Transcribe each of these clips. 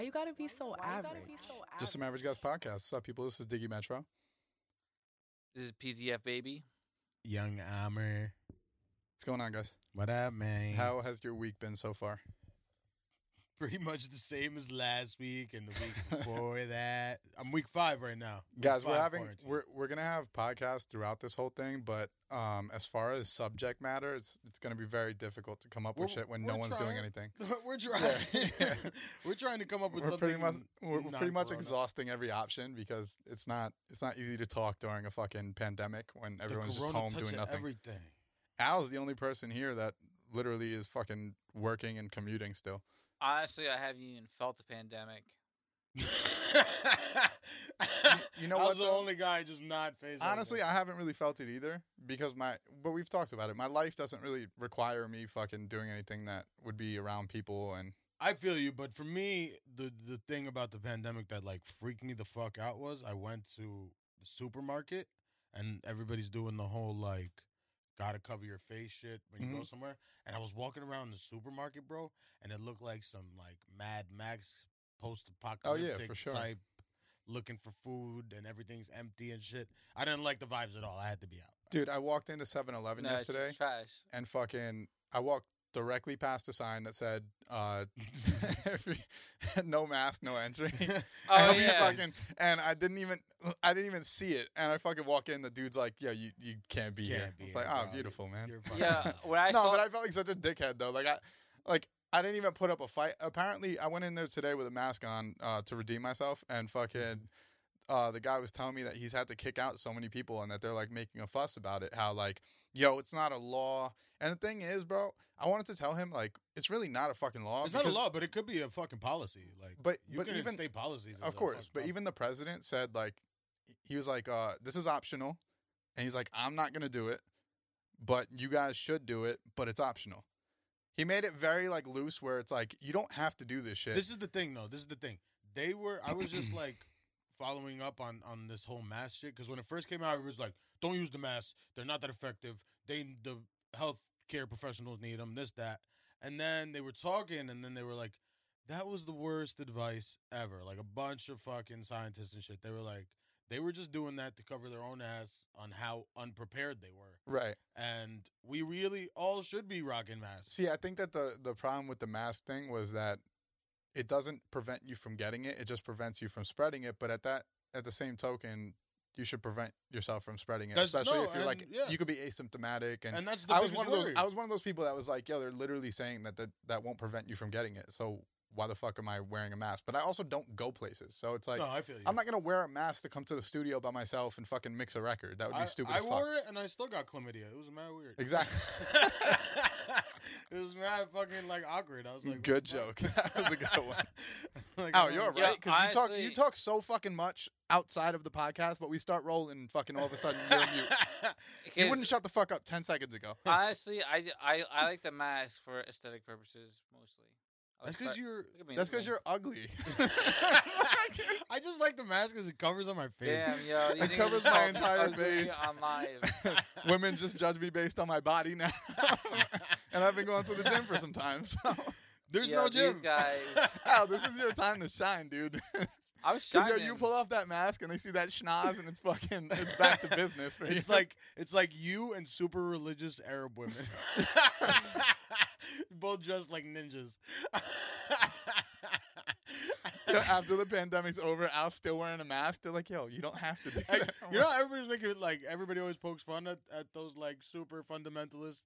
you gotta be so average? Just some average guys podcast. What's up, people? This is Diggy Metro. This is PZF baby. Young Amr. What's going on, guys? What up, man? How has your week been so far? pretty much the same as last week and the week before that. I'm week five right now. Week guys we're five having quarantine. we're, we're gonna have podcasts throughout this whole thing but um as far as subject matter it's it's gonna be very difficult to come up with We're- shit when we're no one's doing trying. anything we're trying. Yeah. we're trying to come up with we're something. pretty much we're, we're pretty much non-corona. exhausting every option because it's not it's not easy to talk during a fucking pandemic when The everyone's just corona home touching doing nothing Everything. al's the only person here that literally is fucking working and commuting still Honestly, I haven't even felt the pandemic. you know I what, was the though? only guy just not facing. honestly i haven't really felt it either because my but we've talked about it my life doesn't really require me fucking doing anything that would be around people and I feel you, but for me, the the thing about the pandemic that like freaked me the fuck out was I went to the supermarket and everybody's doing the whole like gotta cover your face shit when you go Mm-hmm. somewhere. And I was walking around the supermarket, bro, and it looked like some like Mad Max post apocalyptic Oh, for sure. type looking for food and everything's empty and shit. I didn't like the vibes at all. I had to be out. Dude, I walked into 7 Eleven No, it's just yesterday trash. and fucking, I walked directly past a sign that said, uh, no mask, no entry. Oh and, we yeah, fucking, and I didn't even, I didn't even see it. And I fucking walk in, the dude's like, yeah, you, you can't be here. Can't be It's here, like, oh, bro. beautiful, man. You're fucking- yeah. When I no, saw, but I felt like such a dickhead though. Like I, like I didn't even put up a fight. Apparently, I went in there today with a mask on uh, to redeem myself, and fucking. Mm-hmm. Uh, the guy was telling me that he's had to kick out so many people and that they're like making a fuss about it. How like, yo, it's not a law. And the thing is, bro, I wanted to tell him like, it's really not a fucking law. It's not a Oh, because- law, but it could be a fucking policy. Like, But- you but can even- state policies, as of a course. fucking But policy. even the president said like, he was like, uh, this is optional, and he's like, I'm not gonna do it, but you guys should do it, but it's optional. He made it very like loose, where it's like you don't have to do this shit. This is the thing, though. This is the thing. They were. I was just like following up on on this whole mask shit because when it first came out, it was like, "Don't use the mask. They're not that effective. They the health care professionals need them. This that." And then they were talking, and then they were like, "That was the worst advice ever." Like a bunch of fucking scientists and shit. They were like, they were just doing that to cover their own ass on how unprepared they were. right. And we really all should be rocking masks. See, I think that the the problem with the mask thing was that it doesn't prevent you from getting it; it just prevents you from spreading it. But at that at the same token, you should prevent yourself from spreading it, That's- especially no, if you're like and- yeah. you could be asymptomatic. And, And that's the I was biggest one of those. worry. I was one of those people that was like, "Yo, they're literally saying that that, that won't prevent you from getting it." So why the fuck am I wearing a mask? But I also don't go places, so it's like. no, I feel you. I'm not gonna wear a mask to come to the studio by myself and fucking mix a record. That would be I, stupid I as fuck. wore it and I still got chlamydia. It was mad weird. Exactly. it was mad fucking like awkward. I was like, what Good the fuck? joke. that was a good one. like, Oh, I'm you're like, Yeah, right. Because you talk you honestly- talk so fucking much outside of the podcast, but we start rolling, and fucking all of a sudden you're on mute. You 'cause wouldn't shut the fuck up ten seconds ago. honestly, I, I I like the mask for aesthetic purposes mostly. I That's like because fri- you're. Look at me, That's look at because me. you're ugly. I just like the mask because it covers on my face. Damn, yo, you It think you covers my just called me entire ugly face. On live. Women just judge me based on my body now, and I've been going to the gym for some time. So, There's Yo, no these gym. guys- Al, this is your time to shine, dude. I was 'Cause, yo, shining. you pull off that mask, and they see that schnoz, and it's fucking, it's back to business for you. It's like it's like you and super religious Arab women, both dressed like ninjas. Yo, after the pandemic's over, Al's still wearing a mask. They're like, "Yo, you don't have to do Like, that." you know, how everybody's making it like everybody always pokes fun at, at those like super fundamentalist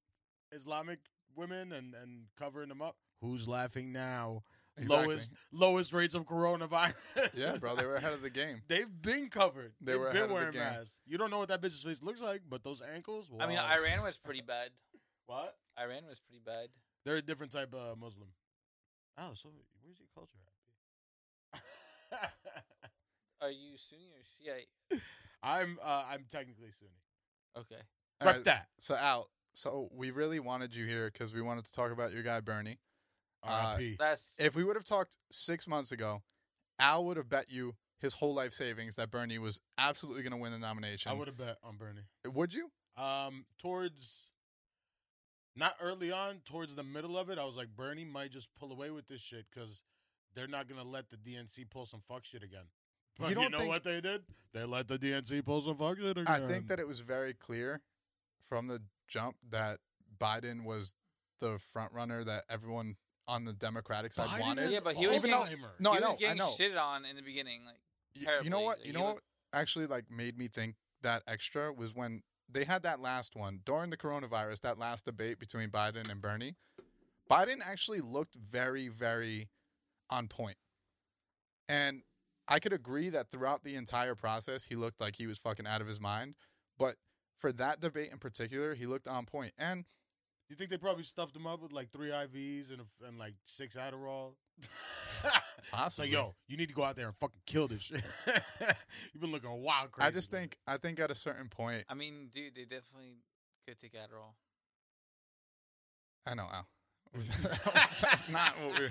Islamic women and and covering them up. Who's laughing now? Exactly. Lowest lowest rates of coronavirus. Yeah, bro, they were ahead of the game. They've been covered. They They have were ahead of been the wearing game. masks. You don't know what that bitch's face looks like, but those ankles. I mean, wow. Iran was pretty bad. What? Iran was pretty bad. They're a different type of Muslim. Oh, so where's your culture at? Are you Sunni or Shiite? I'm uh, I'm technically Sunni. Okay. All Rep right, that. So Al, so we really wanted you here because we wanted to talk about your guy Bernie. Uh, R.I.P. That's If we would have talked six months ago, Al would have bet you his whole life savings that Bernie was absolutely going to win the nomination. I would have bet on Bernie. Would you? Um, towards not early on, towards the middle of it, I was like, Bernie might just pull away with this shit because they're not gonna let the DNC pull some fuck shit again. You But you, don't know think- what they did? They let the DNC pull some fuck shit again. I think that it was very clear from the jump that Biden was the front runner that everyone on the Democratic side Biden wanted. is Yeah, but he was Alzheimer's. getting- No, I he know, was I getting know. shitted on in the beginning. Like Y- You know terribly. what? Like, You he know what looked- actually like made me think that extra was when they had that last one during the coronavirus, that last debate between Biden and Bernie. Biden actually looked very, very on point. And I could agree that throughout the entire process, he looked like he was fucking out of his mind. But for that debate in particular, he looked on point. And You think they probably stuffed him up with like three IVs and a f and like six Adderall? It's possibly, like, yo, you need to go out there and fucking kill this shit. You've been looking wild crazy. I just lately. think I think at a certain point, I mean, dude, they definitely could take Adderall. I know. Al. That's not what we.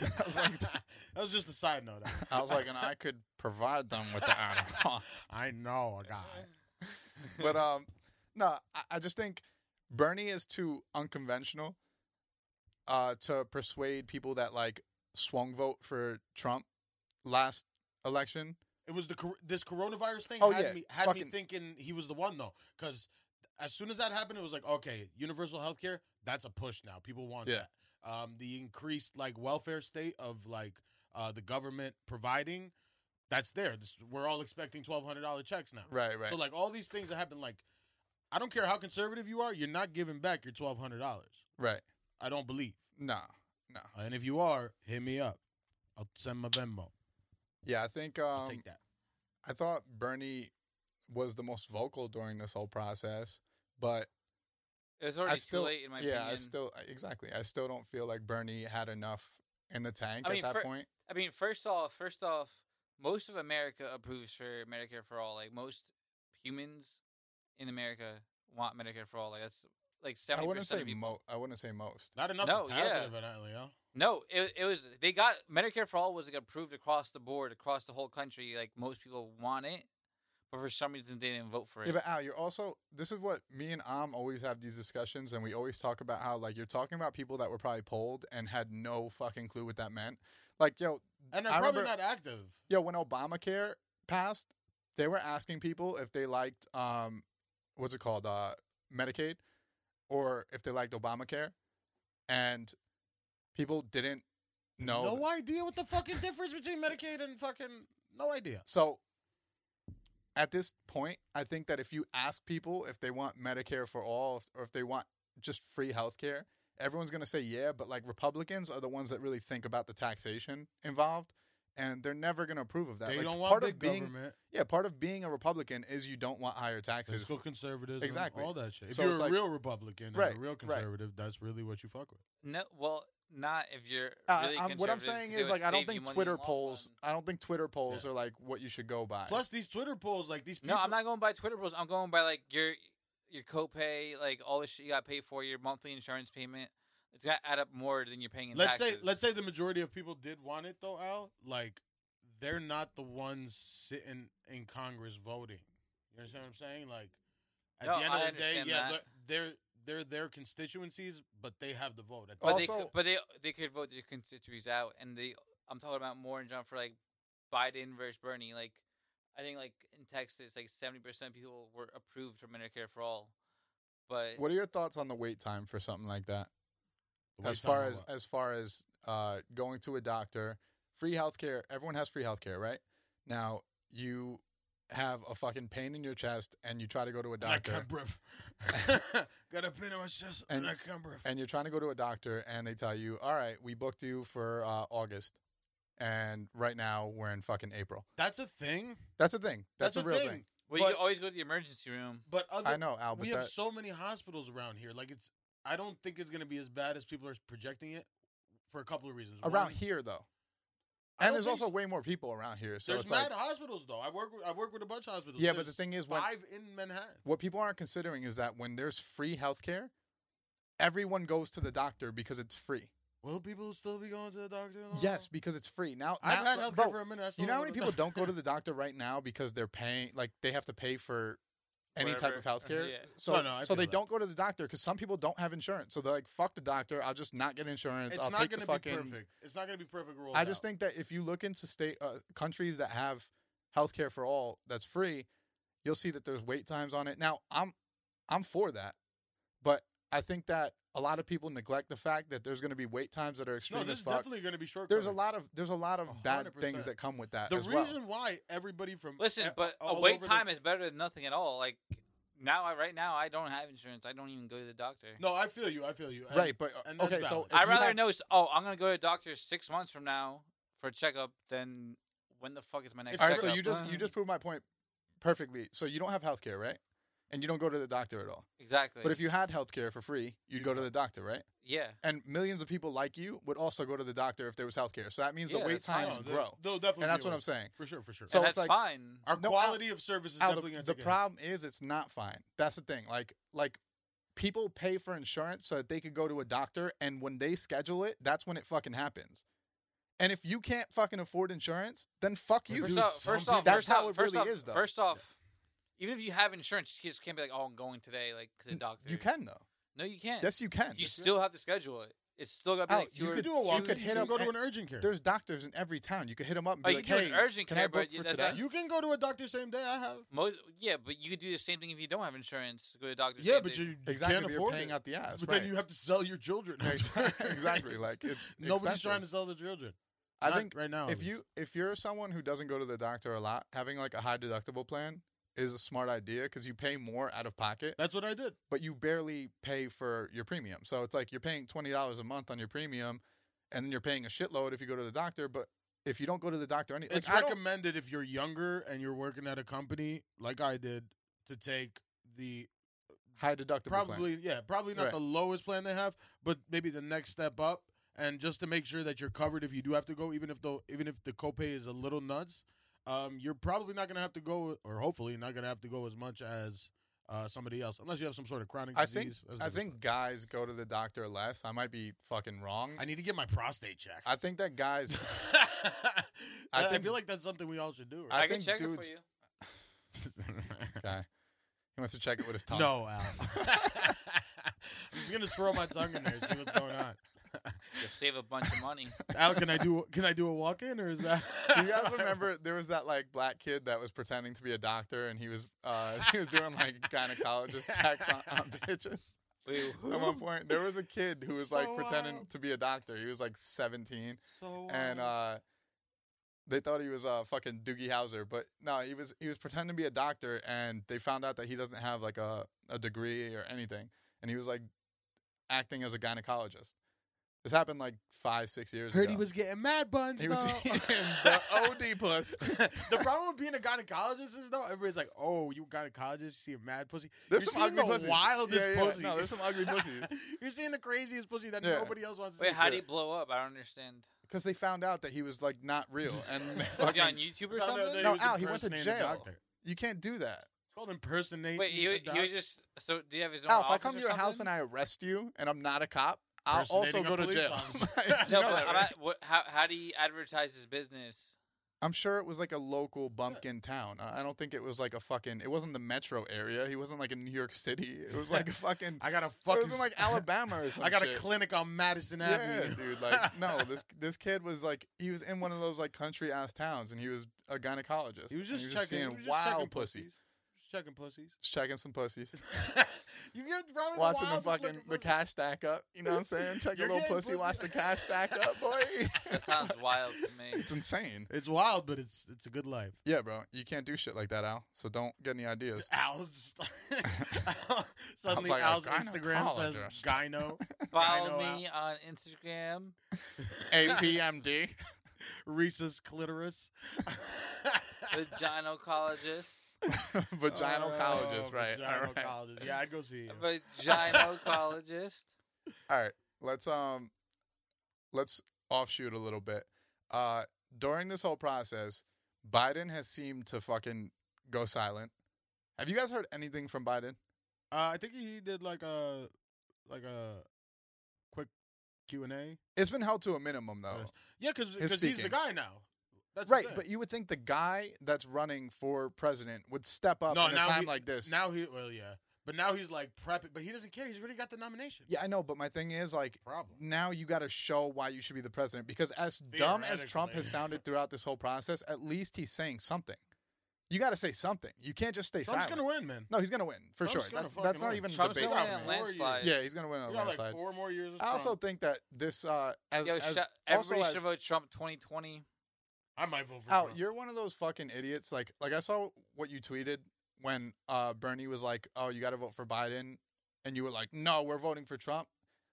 That was, like, that was just a side note. I was like, and I could provide them with the Adderall. I know a guy. but um, no, I, I just think Bernie is too unconventional uh, to persuade people that like swung vote for Trump last election. It was the cor- this coronavirus thing Oh, had yeah, me had me fucking- thinking he was the one though, because as soon as that happened, it was like, okay, universal health care, that's a push now. People want Yeah. that. Um, the increased like welfare state of like uh, the government providing, that's there. This, we're all expecting twelve hundred dollar checks now. Right, right. So like all these things that happen, like I don't care how conservative you are, you're not giving back your twelve hundred dollars. right. I don't believe. No, no. And if you are, hit me up. I'll send my Venmo. Yeah, I think I'll um, take that. I thought Bernie was the most vocal during this whole process, but It was already I still, too late in my yeah, opinion. I still exactly. I still don't feel like Bernie had enough in the tank I at mean, that for- point. I mean, first off, first off, most of America approves for Medicare for all. Like most humans in America want Medicare for all. Like that's I like seventy wouldn't percent say of people. mo. I wouldn't say most. Not enough No, to pass yeah. it, evidently, Mm, huh? no, it it was they got Medicare for all was like approved across the board, across the whole country. Like most people want it, but for some reason they didn't vote for it. Yeah, but Al, you're also this is what me and Am always have these discussions, and we always talk about how like you're talking about people that were probably polled and had no fucking clue what that meant. Like yo, And they're I probably remember- not active. yo, when Obamacare passed, they were asking people if they liked um, what's it called, uh, Medicaid, or if they liked Obamacare, and people didn't know. No idea what the fucking difference between Medicaid and fucking no idea. So at this point, I think that if you ask people if they want Medicare for all if- or if they want just free health care, everyone's going to say yeah, but like Republicans are the ones that really think about the taxation involved and they're never going to approve of that. they Like, don't want part big of being government. yeah, part of being a Republican is you don't want higher taxes. Fiscal conservatism, Exactly. all that shit. If So you're a it's like- real Republican and Right, a real right. conservative, that's really what you fuck with. no, well, not if you're. Uh, really I'm- what I'm conservative, saying 'cause it is would like I don't save you think money in Twitter the long polls run. I don't think Twitter polls are like what you should go by. Plus, these Twitter polls, like these people, No, I'm not going by Twitter rules. I'm going by like your your copay, like all the shit you got paid for, your monthly insurance payment. It's got to add up more than you're paying in let's taxes. say let's say the majority of people did want it though al like they're not the ones sitting in congress voting you understand what i'm saying like at No, the end I of the day understand yeah that. they're they're their constituencies but they have the vote at the but end. they could, also- but they they could vote their constituents out, and they I'm talking about more in John for like Biden versus Bernie. Like I think like in Texas, like 70 percent of people were approved for Medicare for all, but what are your thoughts on the wait time for something like that? The as wait time far or as what? as far as uh, going to a doctor, free healthcare. Everyone has free healthcare, right? Now you have a fucking pain in your chest, and you try to go to a And I doctor, can't and, breathe. got a pin in my chest and, And- i can't breathe you're trying to go to a doctor, and they tell you, "All right, we booked you for uh, August, and right now we're in fucking April." that's a thing That's a thing. That's, that's, a, real thing. well, you but- could always go to the emergency room. but other I know, Al, but we have that- so many hospitals around here like it's i don't think it's going to be as bad as people are projecting it for a couple of reasons around One, here though, I and don't there's think also way more people around here. So There's it's like, mad hospitals though. I work with, I work with a bunch of hospitals. Yeah, but the There's thing is when- five in Manhattan. what people aren't considering is that when there's free healthcare, everyone goes to the doctor because it's free. Will people still be going to the doctor? and all Yes, that? because it's free. Now, Oh. I've now- had healthcare bro, for a minute. I still you know how many go to people the don't go to the doctor right now because they're paying, like they have to pay for any type of wherever. health care. Yeah. So, Oh, No, no, I so they feel that. don't go to the doctor because some people don't have insurance. So they're like, "Fuck the doctor. I'll just not get insurance. It's I'll not take the going to fucking." be perfect. It's not going to be perfect. Rolled I just out. think that if you look into state uh, countries that have health care for all that's free, you'll see that there's wait times on it. Now, I'm I'm for that, but I think that a lot of people neglect the fact that there's going to be wait times that are extreme no, as there's fuck. definitely going to be short. There's a lot of there's a lot of A bad hundred things percent. that come with that. The as well. reason why everybody from Listen, e- but a all wait over the- time is better than nothing at all. Like now, I right now I don't have insurance. I don't even go to the doctor. no, I feel you. I feel you. And- right? But uh, and that's okay, so valid. if I you rather have- know. s- Oh, I'm gonna go to the doctor six months from now for a checkup than when the fuck is my next? All All right, right, so checkup? you just you just proved my point perfectly. So you don't have health care, right? And you don't go to the doctor at all. exactly. But if you had health care for free, you'd You'd go to go. the doctor, right? yeah, and millions of people like you would also go to the doctor if there was healthcare. So that means the Yeah, wait that's fine. times No, they'll- grow, They'll definitely. and that's be what aware. I'm saying. For sure, for sure. So and it's that's like- fine. Our No, Al- quality of service is Al, definitely the, going to the take a hit. problem is it's not fine. That's the thing. Like like people pay for insurance so that they could go to a doctor, and when they schedule it, that's when it fucking happens. And if you can't fucking afford insurance, then fuck you. First dude, off, some first people- off, That's first how off, it first really off, is, though. First off, even if you have insurance, you just can't be like, "Oh, I'm going today," like to the doctor. You can though. No, you can't. Yes, you can. you still have to schedule it. It's still gonna be Al, like you two or- could do a walk. two- could You hit can up go to a- an urgent care. There's doctors in every town. You could hit them up and Oh, be you like, can do "Hey, an urgent can I care, book but for that's today?" not- You can go to a doctor same day. I have. Most, yeah, but you could do the same thing if you don't have insurance. Go to the doctor. Yeah, same but day. you exactly. can't but afford you're paying it. out the ass. But right. then you have to sell your children. Exact- exactly, like, it's nobody's expensive. trying to sell their children. I Not think right now. at if least. you if you're someone who doesn't go to the doctor a lot, having like a high deductible plan is a smart idea because you pay more out of pocket, that's what I did. but you barely pay for your premium. So it's like you're paying twenty dollars a month on your premium, and then you're paying a shitload if you go to the doctor. But if you don't go to the doctor, any like, it's I don't- recommended if you're younger and you're working at a company like I did to take the high deductible plan. probably yeah probably not Right. the lowest plan they have, but maybe the next step up, and just to make sure that you're covered if you do have to go, even if the even if the copay is a little nuts, um, you're probably not gonna have to go, or hopefully not gonna have to go as much as uh, somebody else, unless you have some sort of chronic I think disease. That's I different think stuff. guys go to the doctor less. I might be fucking wrong. I need to get my prostate checked. I think that guys. I, think- feel like that's something we all should do. I I, Right? can think check it dudes- for you. guy, he wants to check it with his tongue. No, Al. I'm just gonna swirl my tongue in there, see what's going on. You'll save a bunch of money. Al, can I do can I do a walk in or is that? Do you guys remember there was that like black kid that was pretending to be a doctor and he was uh he was doing like gynecologist checks on, on bitches. Wait, At one point, there was a kid who was like So pretending wild. to be a doctor. He was like 17 So and uh, uh they thought he was uh fucking Doogie Howser, but no, he was he was pretending to be a doctor and they found out that he doesn't have like a a degree or anything and he was like acting as a gynecologist. This happened like 5 6 years heard ago. he was getting mad buns. he was though. in the OD plus. the problem with being a gynecologist is though everybody's like, "Oh, you gynecologist, you see a mad pussy." There's You're some seeing ugly the pussies. wildest yeah, yeah, pussies. No, there's some ugly pussies. You're seeing the craziest pussy that Yeah. nobody else wants to wait, see. how do you blow up? I don't understand. Because they found out that he was like not real, and they Was he on fucking, YouTube or No, no, something? they- No, was Al, he went to impersonating a jail. doctor. you can't do that. It's called impersonate. Wait, he, a he doctor. was just so. Do you have his own? Al, if I office come or to your house and something? I arrest you, and I'm not a cop, I'll also Impersonating a go to police jail. officer. Like, you No, know but that, I'm right? at- what, how how do you advertise his business? I'm sure it was like a local bumpkin town. I I don't think it was like a fucking. It wasn't the metro area. He wasn't like in New York City. It was like a fucking. I got a it fucking was in like Alabama or something. I got a clinic on Madison Yeah, Avenue, dude. Like, no, this this kid was like, he was in one of those like country ass towns, and he was a gynecologist. He was and just checking. seeing he was just wild checking pussy. pussies. Just checking pussies. Just checking some pussies. you get probably watching the the, wildest fucking looking the pussy. cash stack up. You know what I'm saying? Check a You're little getting pussy, watch the pussy. cash stack up, boy. That sounds wild to me. it's insane. It's wild, but it's it's a good life. Yeah, bro. You can't do shit like that, Al. So don't get any ideas. Al's just suddenly like a Al's Instagram says gynecologist. gyno Follow know, Al. me on Instagram. APMD. Reese's clitoris. Vaginocologist. Vaginocologist, right. All right. Vaginocologist. Yeah, I'd go see you. Vaginocologist. All right. Let's um let's offshoot a little bit. Uh during this whole process, Biden has seemed to fucking go silent. Have you guys heard anything from Biden? Uh, I think he did like a like a quick Q and A. It's been held to a minimum though. Yeah, because His he's the speaking. guy now. That's the right, thing. but you would think the guy that's running for president would step up No, in a now time he- like this. now he well yeah, but now he's like prepping, but he doesn't care. He's already got the nomination. yeah, I know, but my thing is like problem. now you got to show why you should be the president because as dumb as Trump has Theoretically. sounded throughout this whole process, at least he's saying something. You got to say something. You can't just stay Trump's silent. gonna win, man. no, he's gonna win for Trump's sure. gonna That's fucking that's not win. even a Trump's debate. gonna win Yeah, in a four landslide. yeah, he's gonna win on a We got like landslide. four more years. Of I also Trump. think that this uh, as, Yo, as shut, also everybody as- should vote Trump 2020. I might vote for Al, Trump. you're one of those fucking idiots. Like, like I saw what you tweeted when uh, Bernie was like, "Oh, you got to vote for Biden," and you were like, "No, we're voting for Trump."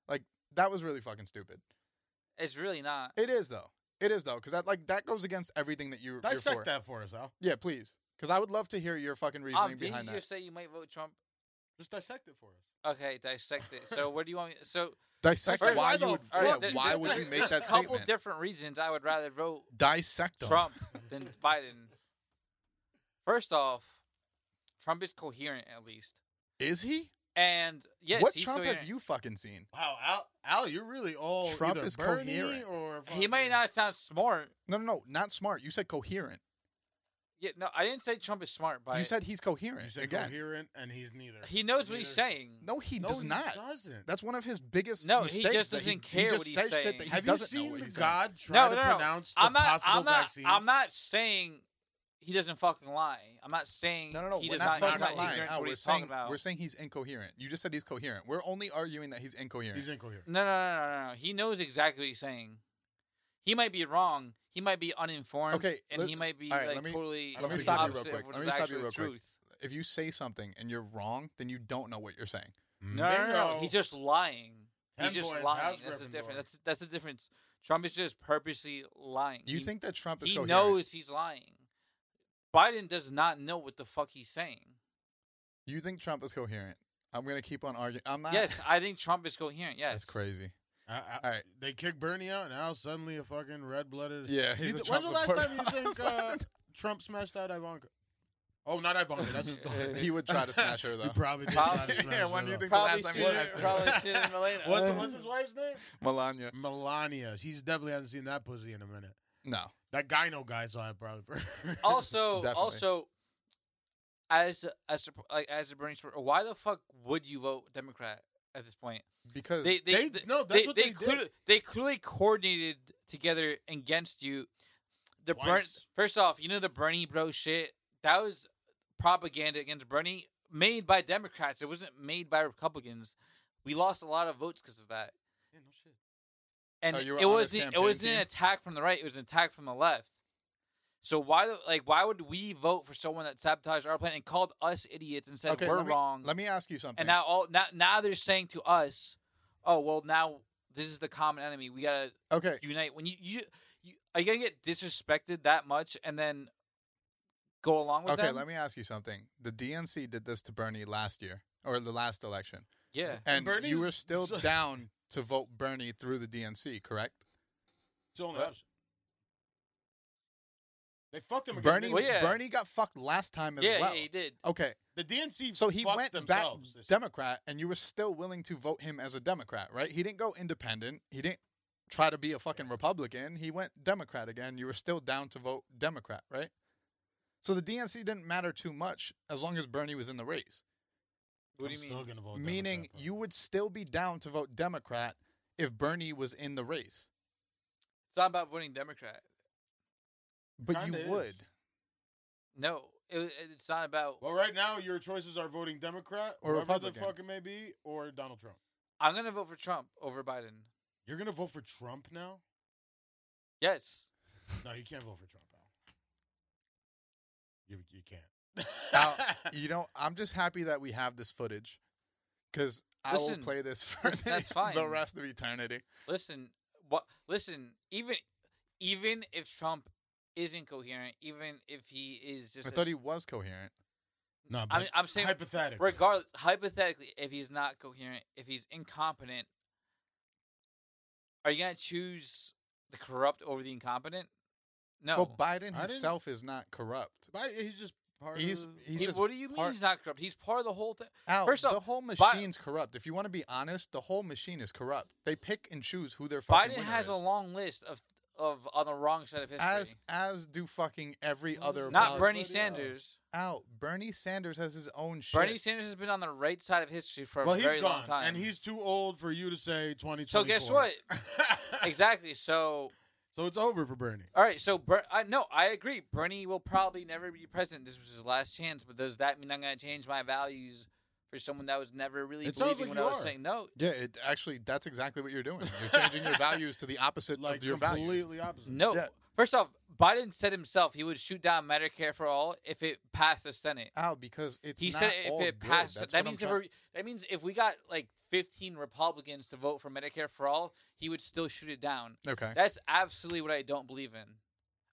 Like, that was really fucking stupid. It's really not. It is though. It is though, because that like that goes against everything that you Dissect you're for. that for us, Al. Yeah, please, because I would love to hear your fucking reasoning Um, didn't behind you that. say you might vote Trump? Just dissect it for us. Okay, dissect it. So where do you want me? So Dissect Alright, why why you the would. fuck- yeah, Alright, th- why th- would you th- make that A couple statement? different reasons I would rather vote Dissect 'em. Trump than Biden. First off, Trump is coherent at least, Is he? and yes, what he's Trump coherent. have you fucking seen? Wow, Al, Al, you're really all Trump either is Bernie coherent. or He may fucking- not sound smart. No, no, no, not smart. You said coherent. Yeah, no, I didn't say Trump is smart, but you said he's coherent You said again. coherent, and he's neither. he knows what he's Neither. saying. No, he no, does he not. Doesn't. That's one of his biggest. No, he mistakes just that doesn't he, care just what he's says saying. Shit that he Have you doesn't know seen what the he's saying. God try no, to no, no. pronounce the I'm not. possible I'm not. vaccines? I'm not saying he doesn't fucking lie. I'm not saying No, no, no. he we're does not not, talking he's about not lying. ignorant to Al, what we're he's saying talking about. we're saying he's incoherent. You just said he's coherent. We're only arguing that he's incoherent. He's incoherent. No, no, no, no, no, no. He knows exactly what he's saying. He might be wrong. He might be uninformed. Okay, and let- he might be all right, like let me- totally. let me the stop you real opposite quick. of Let what me is stop you actually real the quick. truth. if you say something and you're wrong, then you don't know what you're saying. No, no, no, no, Bingo. He's just lying. He's Ten just points. lying. How's That's the Gryffindor? difference. That's that's the difference. Trump is just purposely lying. You He- think that Trump is he coherent? knows he's lying? Biden does not know what the fuck he's saying. You think Trump is coherent? I'm gonna keep on arguing. I'm not. Yes, I think Trump is coherent. Yes, that's crazy. I, I, All right. They kick Bernie out, and Al's suddenly a fucking red blooded. Yeah. He's You a th- Trump when's the last time supporter. you think uh, Trump smashed out Ivanka? Oh, not Ivanka. That's his daughter. he would try to smash her He though. probably did Probably. try to smash Yeah, her, when do you though. think the Probably last time he should- left. probably should in Milena. What's, what's his wife's name? Melania. Melania. She's definitely hasn't seen that pussy in a minute. No. That gyno guy saw it probably. first. also Definitely. also as as a- like as a Bernie supporter, why the fuck would you vote Democrat at this point? Because They they, They- no, that's they, what they did. clearly, they clearly coordinated together against you. The Bern, Twice. first off, you know the Bernie bro shit that was propaganda against Bernie made by Democrats. It wasn't made by Republicans. We lost a lot of votes because of that, Yeah, no shit. and Oh, you were it on their wasn't it campaign wasn't an team? attack from the right. It was an attack from the left. So why the like why would we vote for someone that sabotaged our plan and called us idiots and said Okay, we're let me- wrong? let me ask you something. and now all now, now they're saying to us, oh well now this is the common enemy. We gotta okay. unite. When you you, you are you gonna get disrespected that much and then go along with Okay, them? let me ask you something. The DNC did this to Bernie last year or the last election, yeah. and Bernie's- you were still so- down to vote Bernie through the DNC, correct? It's the only What? option. They fucked him. again, Bernie, didn't Well, they? yeah. Bernie got fucked last time as Yeah, well. yeah, he did. Okay, The DNC. so he fucked went themselves. back this- Democrat, and you were still willing to vote him as a Democrat, right? He didn't go independent. He didn't try to be a fucking Republican. He went Democrat again. You were still down to vote Democrat, right? So the DNC didn't matter too much as long as Bernie was in the race. What I'm do you still mean? gonna vote meaning Democrat, bro. you would still be down to vote Democrat if Bernie was in the race. It's not about voting Democrat. But Kinda you is. would. No, it, it's not about. Well, right now your choices are voting Democrat Or whoever the Republican. fuck it may be, or Donald Trump. I'm gonna vote for Trump over Biden. You're gonna vote for Trump now? Yes. No, you can't vote for Trump, Al. You you can't. Al, you know, I'm just happy that we have this footage because I will Listen, play this for that's- that's the- fine. the rest of eternity. Listen, what? Listen, even even if Trump is incoherent, even if he is just, I a thought s- he was coherent. no, I mean, I'm saying hypothetical. regardless, hypothetically, if he's not coherent, if he's incompetent, are you gonna choose the corrupt over the incompetent? No. Well, Biden I didn't- himself is not corrupt. Biden- he's just part He's of. the- he's He- just what do you mean part- he's not corrupt? He's part of the whole thing. Al, First off, the whole Bi- machine's corrupt. If you want to be honest, the whole machine is corrupt. They pick and choose who their fucking Biden winner has is. a long list of of on the wrong side of history. As as do fucking every Well, other there's not Well, politician. Bernie it's already out. Sanders. out. Bernie Sanders has his own shit. Bernie Sanders has been on the right side of history for Well, a he's very long gone, time. and he's too old for you to say 2024. so guess what? exactly. So so it's over for Bernie. all right. So Ber- I, no, I agree. Bernie will probably never be president. This was his last chance. But does that mean I'm going to change my values for someone that was never really It sounds believing like what I you was are. saying? No, yeah, it actually that's exactly what you're doing. You're changing your values to the opposite Like of your values. completely opposite. no. Yeah. First off, Biden said himself he would shoot down Medicare for all if it passed the Senate. Out because it's He not said if all good. it passed, That's that what I'm means if trying- we, that means if we got like 15 Republicans to vote for Medicare for all, he would still shoot it down. okay. That's absolutely what I don't believe in.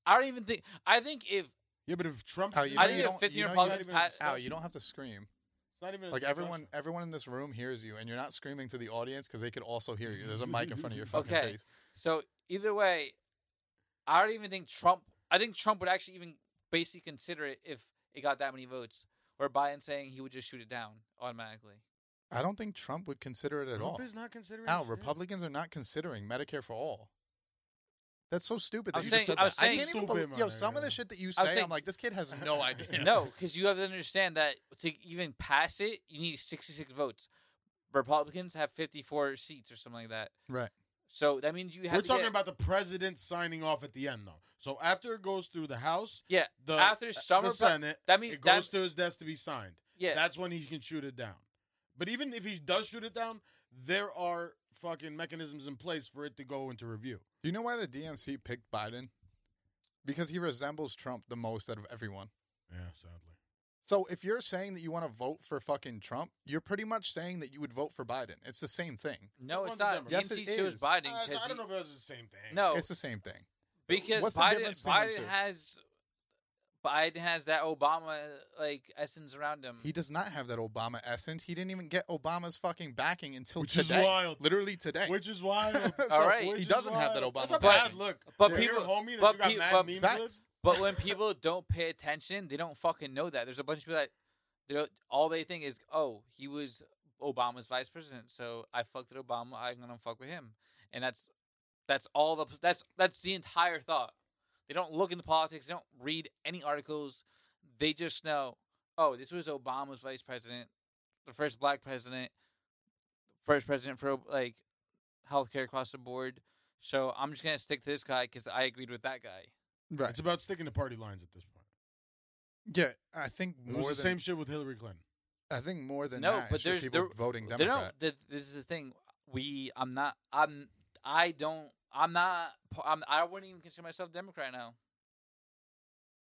I don't even think. I think if Yeah, but if Trump, Al, you I know think you if don't. 15 You know you Republicans don't even- pass- Al, you don't have to scream. it's not even a Like discussion. everyone, everyone in this room hears you, and you're not screaming to the audience because they could also hear you. There's a mic in front of your fucking Okay. face. so, either way, I don't even think Trump. I think Trump would actually even basically consider it if it got that many votes. Where Biden saying he would just shoot it down automatically. I don't think Trump would consider it at all. Trump is not considering. Al, shit. Republicans are not considering Medicare for all. That's so stupid that I'm you saying- just said I was that. saying- can't even Stupid, believe, my yo, nigga. some of the shit that you I'm say, saying- I'm like, this kid has no idea. No, because you have to understand that to even pass it, you need 66 votes. Republicans have 54 seats or something like that. Right. So that means you have We're to talking get- about the president signing off at the end, though. So after it goes through the House, Yeah, the after some uh, the Repu- Senate, that means it that- goes to his desk to be signed. yeah. That's when he can shoot it down. But even if he does shoot it down, there are fucking mechanisms in place for it to go into review. Do you know why the DNC picked Biden? Because he resembles Trump the most out of everyone. Yeah, sadly. So if you're saying that you want to vote for fucking Trump, you're pretty much saying that you would vote for Biden. It's the same thing. no, Who it's wants not. the Yes, DNC it chose is. Biden Uh, I, because I don't he- know if that's the same thing. no, It's the same thing. Because What's the Biden, difference between the Biden two? has Biden has that Obama like essence around him. He does not have that Obama essence. He didn't even get Obama's fucking backing until Which is today. wild. Literally today. Which is why. All right. He doesn't have that Obama That's a backing. bad look. But If you're people- a homie that but you got pe- mad but memes facts. with. but when people don't pay attention, they don't fucking know that. There's a bunch of people that they don't, all they think is, oh, he was Obama's vice president, so I fucked with Obama. I'm gonna fuck with him, and that's that's all the that's that's the entire thought. They don't look into politics. They don't read any articles. They just know, oh, this was Obama's vice president, the first black president, first president for like healthcare across the board. So I'm just gonna stick to this guy because I agreed with that guy. right. It's about sticking to party lines at this point. yeah, I think It more was the than same shit with Hillary Clinton. I think more than No, that, but it's there's- just people there- voting They Democrat. don't. Th- this is the thing. We. I'm not. I'm. I don't. I'm not. I'm. I wouldn't even consider myself Democrat now.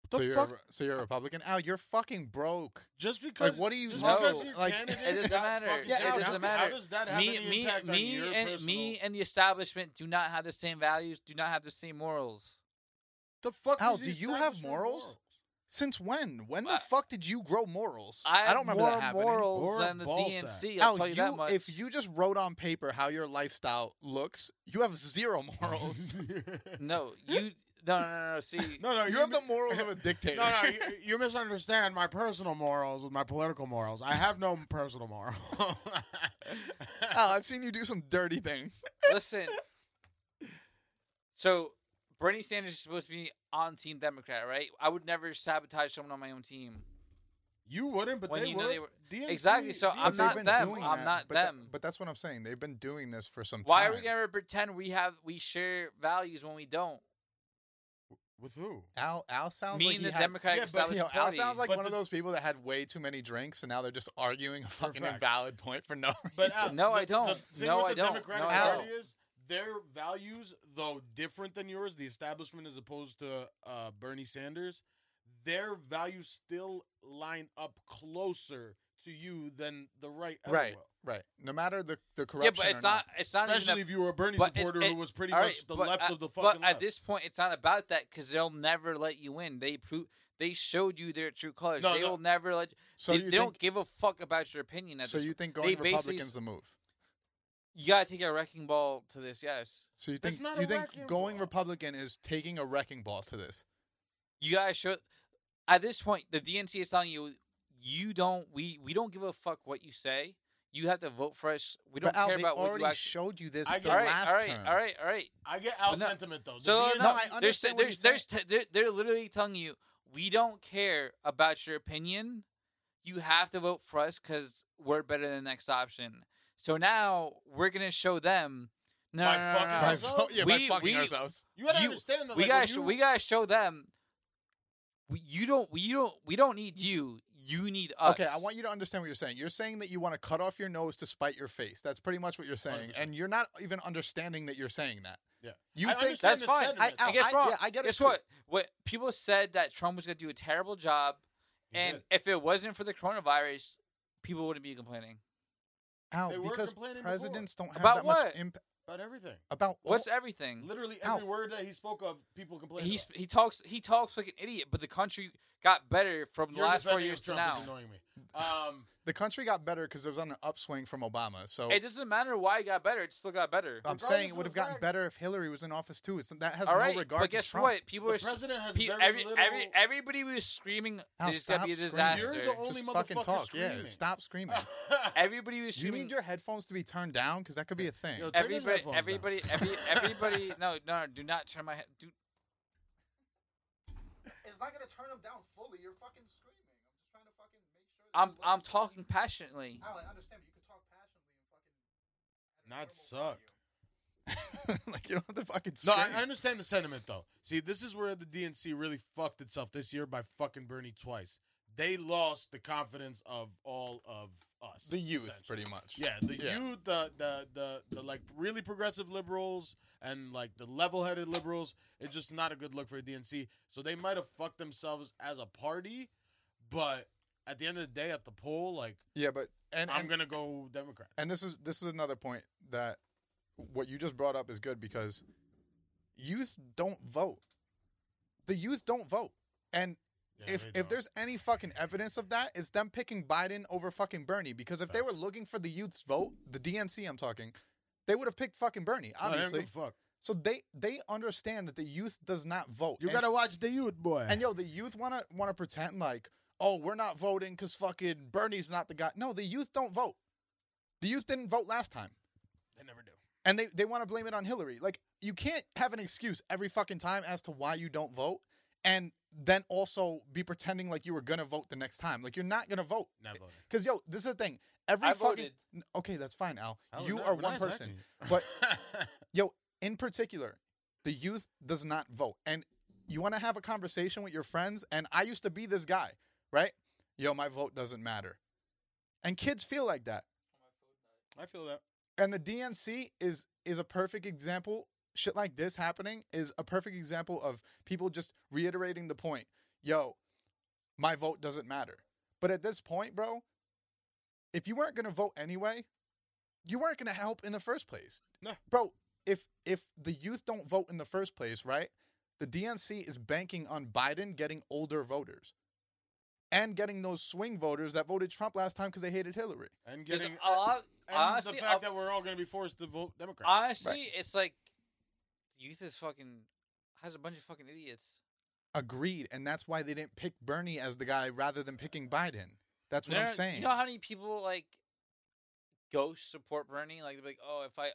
What so the you're fuck? A, so you're a Republican? Al, you're fucking broke. Just because what do you just know? Because your Like, candidate it doesn't got matter. fucking It out, doesn't how matter. does that have Me, any me, impact on me, your and personal- me, and the establishment do not have the same values. Do not have the same morals. the fuck? Al, does the do you have establishment morals? Since when? When the Well, fuck did you grow morals? I, have don't remember more that happening. morals Or than the ball DNC. I'll Al, tell you, that much. if you just wrote on paper how your lifestyle looks, you have zero morals. no, you no, no, no, no. See, no, no, you have the morals of a dictator. No, no, you, you misunderstand my personal morals with my political morals. I have no personal moral. Al, I've seen you do some dirty things. listen. So, Bernie Sanders is supposed to be on Team Democrat, right? I would never sabotage someone on my own team. you wouldn't, but When they you would. know they were- DNC Exactly, so DNC I'm But they've not been them. doing I'm that, not but tha- them. but that's what I'm saying. They've been doing this for some Why time. are we gonna pretend we have we share values when we don't? with who? Al, Al sounds Me like and he the had- Democratic yeah, but, Yo, Establishment Al Party. sounds like But one of the- those people that had way too many drinks and now they're just arguing a fucking fact. invalid point for no reason. But Al, No, the- I don't. The thing No, with I the don't. Democratic No, I don't. Party is their values, though different than yours, the establishment as opposed to uh, Bernie Sanders, their values still line up closer to you than the right. ever Right, will. right. No matter the the yeah, corruption. but it's or not. It's not even. Especially if you were a Bernie but it- supporter it- who was pretty all right, much the but left at- of the But fucking at left. this point, it's not about that because they'll never let you in. They pro- They showed you their true colors. No, they no. will never let. You, So they you they think, don't give a fuck about your opinion. At so this, you you, think they going basically Republicans s- the move? gotta take a wrecking ball to this. Yes, So you That's think not a you think wrecking going ball. Republican is taking a wrecking ball to this? you gotta show. At this point, the DNC is telling you, you don't. We we don't give a fuck what you say. You have to vote for us. We don't But Al, care they about what already you actually. showed you this I the get- all right, last all right, term. all right, all right. I get Al's No. sentiment though. The So DNC no, No, I they're, understand sa- what they're, he's they're, st- they're, they're literally telling you we don't care about your opinion. You have to vote for us because we're better than the next option. So now we're gonna show them. No, By no, no, no, fucking no. By ourselves? vo- yeah, by We- fucking we- ourselves. you gotta you- understand that. we like, when gotta sh- you- we gotta show them. We, you don't. We don't. We don't need you. You need us. Okay, I want you to understand what you're saying. You're saying that you want to cut off your nose to spite your face. That's pretty much what you're saying, 100%. and you're not even understanding that you're saying that. Yeah. you I think understand That's the fine. sentiment, I- though. And guess I- what? yeah, I get it guess too. what? What people said that Trump was gonna do a terrible job, He and did. if it wasn't for the coronavirus, people wouldn't be complaining. Al, They were because complaining before. presidents don't have About that much what? impact about everything. about all- What's everything? Literally Al. every word that he spoke of, people complained. He about. sp- he talks he talks like an idiot, but the country got better from the Your last four defending years of to Trump now. is annoying me. Um, the country got better because it was on an upswing from Obama. So It doesn't matter why it got better; it still got better. I'm Regardless saying of it would have the gotten fact- better if Hillary was in office too. It's, that Uh, has All no right, regard. but to guess Trump. what? People the are s- president has pe- very every, little. every everybody was screaming Al, this is gonna stop be a disaster. screaming. You're the only Just fucking motherfucker talk. Yeah, screaming. stop screaming. everybody was you screaming. need your headphones to be turned down because that could be a thing. Yo, Turn his everybody, headphones down. everybody, every, everybody. No, no, no, do not turn my head. Do, It's not gonna turn them down fully. You're fucking screaming. I'm just trying to fucking make sure. I'm I'm talking passionately. I understand, but you can talk passionately Not suck. and fucking. like you don't have to fucking. No, Scream. I I understand the sentiment though. See, this is where the DNC really fucked itself this year by fucking Bernie twice. They lost the confidence of all of us. the youth, essentially. pretty much. Yeah, the Yeah. youth, the, the the the like really progressive liberals and like the level-headed liberals. It's just not a good look for DNC. So they might have fucked themselves as a party, but at the end of the day, at the poll, like yeah, but and I'm and, gonna go Democrat. and this is this is another point that what you just brought up is good because youth don't vote. The youth don't vote, and Yeah, if they if don't. there's any fucking evidence of that, it's them picking Biden over fucking Bernie. Because if they were Facts. looking for the youth's vote, the DNC, I'm talking, they would have picked fucking Bernie, No, they don't obviously. give a fuck. So they they understand that the youth does not vote. You and, gotta watch the youth, boy. and yo, the youth wanna wanna pretend like, oh, we're not voting because fucking Bernie's not the guy. No, the youth don't vote. The youth didn't vote last time. they never do. And they, they want to blame it on Hillary. Like you can't have an excuse every fucking time as to why you don't vote and then also be pretending like you were gonna vote the next time. Like you're not gonna vote. Not voting. Cause yo, this is the thing. Every I fucking voted. N- okay, that's fine, Al. Hell, you Oh, we're not- are we're one not person. attacking you. But yo, in particular, the youth does not vote. And you want to have a conversation with your friends. And I used to be this guy, right? Yo, my vote doesn't matter. And kids feel like that. I feel that. And the DNC is is a perfect example. Shit like this happening is a perfect example of people just reiterating the point. Yo, my vote doesn't matter. But at this point, bro, if you weren't gonna vote anyway, you weren't gonna help in the first place. No. Bro, if if the youth don't vote in the first place, right? The DNC is banking on Biden getting older voters and getting those swing voters that voted Trump last time because they hated Hillary. And There's getting a lot- and honestly, the fact I'll- that we're all gonna be forced to vote Democrat. honestly, it's like youth is fucking has a bunch of fucking idiots. Agreed, and that's why they didn't pick Bernie as the guy rather than picking Biden. That's what You I'm know- saying. You know how many people like go support Bernie? Like they're like, oh, if I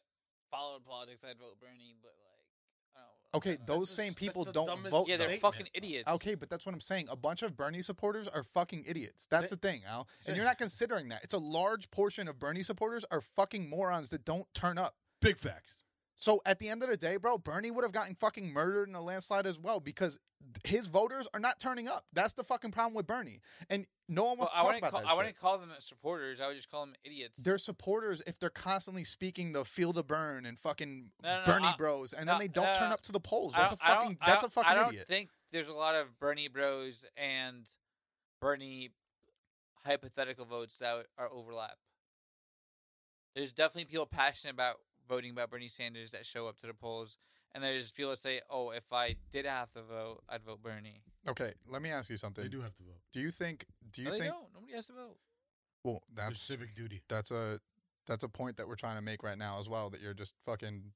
followed politics, I'd vote Bernie. But like, I don't know. Okay, I don't know. those That's same the- people that's the don't dumbest vote. yeah, they're though. statement. fucking idiots. okay, but that's what I'm saying. A bunch of Bernie supporters are fucking idiots. That's They- the thing, Al. So- And you're not considering that. It's a large portion of Bernie supporters are fucking morons that don't turn up. Big facts. So at the end of the day, bro, Bernie would have gotten fucking murdered in a landslide as well because his voters are not turning up. That's the fucking problem with Bernie. And no one Well, wants I to talk wouldn't about call, that. I shit. wouldn't call them supporters. I would just call them idiots. their supporters if they're constantly speaking the feel the burn and fucking No, no, no, Bernie I- bros, and no, then they don't no, turn no. up to the polls. I That's a don't- I don't- fucking I that's a don't- I fucking don't idiot. think there's a lot of Bernie Bros and Bernie hypothetical votes that are overlap. There's definitely people passionate about voting about Bernie Sanders that show up to the polls, and there's people that say, "Oh, if I did have to vote, I'd vote Bernie." Okay, let me ask you something. They Do. do have to vote. you think? Do you no, they think? don't. Nobody has to vote. Well, Their that's civic duty. that's a that's a point that we're trying to make right now as well. That you're just fucking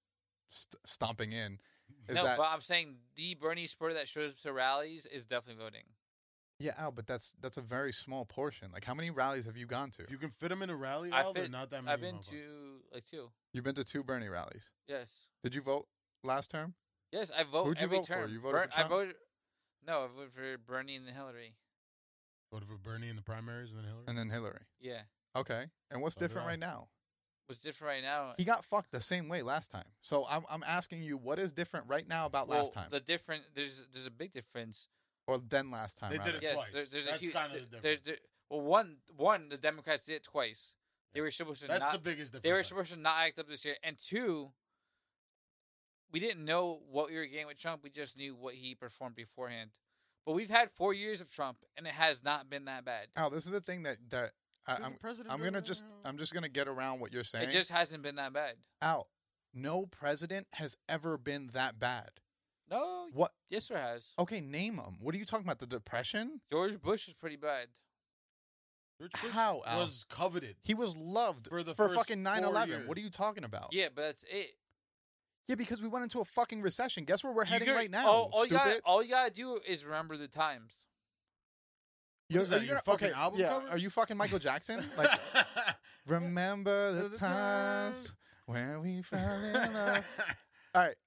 st- stomping in. Is no, that but I'm saying the Bernie supporter that shows up to rallies is definitely voting. Yeah, Al, but that's that's a very small portion. Like, how many rallies have you gone to? If you can fit them in a rally, I Al, they're fit- not that many. I've been motherfuckers. to like two. You've been to two Bernie rallies. Yes. Did you vote last term? Yes, I vote Who'd you every vote for? term. You voted for I Trump? voted. No, I voted for Bernie and Hillary. voted for Bernie in the primaries and then Hillary. And then Hillary. Yeah. Okay. And what's So did different I. right now? What's different right now? He got fucked the same way last time. So I'm I'm asking you, what is different right now about well, last time The different there's there's a big difference. or then last time? They rather. did it yes, twice. there- there's That's a huge. kinda the th- difference. There's, there- well, one one the Democrats did it twice. They were supposed to That's not. the biggest difference. they were I- supposed to not act up this year. And two, we didn't know what we were getting with Trump. We just knew what he performed beforehand. But we've had four years of Trump, and it has not been that bad. Al, this is the thing that that I, There's a I'm president I'm gonna right just now. I'm just gonna get around what you're saying. It just hasn't been that bad. Al, no president has ever been that bad. No, What? yes, there has. Okay, name them. What are you talking about? The Depression? George Bush is pretty bad. George Bush How, Al? was coveted. He was loved For the for first fucking four 9/11. years. What are you talking about? Yeah, but that's it. Yeah, because we went into a fucking recession. Guess where we're You heading gotta- right now? All, all you stupid. gotta, all you gotta do is remember the times. You're- is are that, you your gonna- fucking okay, album yeah, cover? Are you fucking Michael Jackson? Like, remember the, The times times. when we fell in love. All right.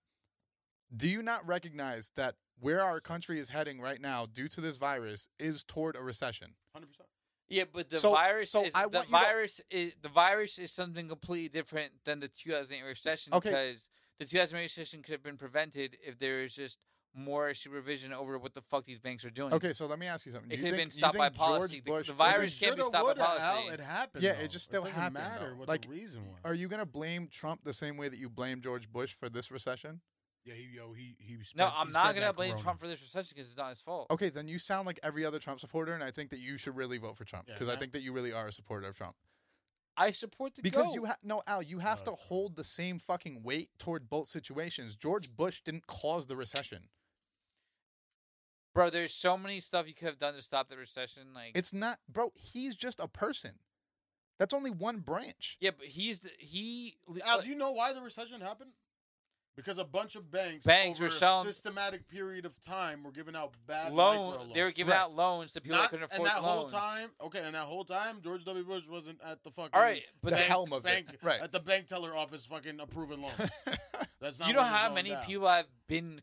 Do you not recognize that where our country is heading right now, due to this virus, is toward a recession? Hundred percent. Yeah, but the So- virus so is I the want you to- virus is the virus is something completely different than the 2008 recession Okay. because the 2008 recession could have been prevented if there was just more supervision over what the fuck these banks are doing. Okay, so let me ask you something. It Do could you have think- been you stopped by think George policy. The- Bush- the do you virus think- can't be stopped by policy. It happened. Yeah, though. it just still doesn't happened, Matter though. what Like, the reason was. Are you gonna blame Trump the same way that you blame George Bush for this recession? yeah, he, yo, he he. Spent, No, he I'm spent not gonna that blame corona. Trump for this recession because it's not his fault. Okay, then you sound like every other Trump supporter, and I think that you should really vote for Trump Yeah, because I that- think that you really are a supporter of Trump. I support the Because goat. you have no Al, you have Oh, to God. hold the same fucking weight toward both situations. George Bush didn't cause the recession. bro. There's so many stuff you could have done to stop the recession. Like It's not, bro. He's just a person. That's only one branch. yeah, but he's the he. Al, do you know why the recession happened? Because a bunch of banks, Banks over were selling- a systematic period of time, were giving out bad loan. microloans. They were giving Right. out loans to people Not- that couldn't and afford that loans. whole time, okay, and that whole time, George W. Bush wasn't at the fucking All right, but The then, helm of bank, it, right? at the bank teller office, fucking approving loans. That's not you know what was how going many down. people have been.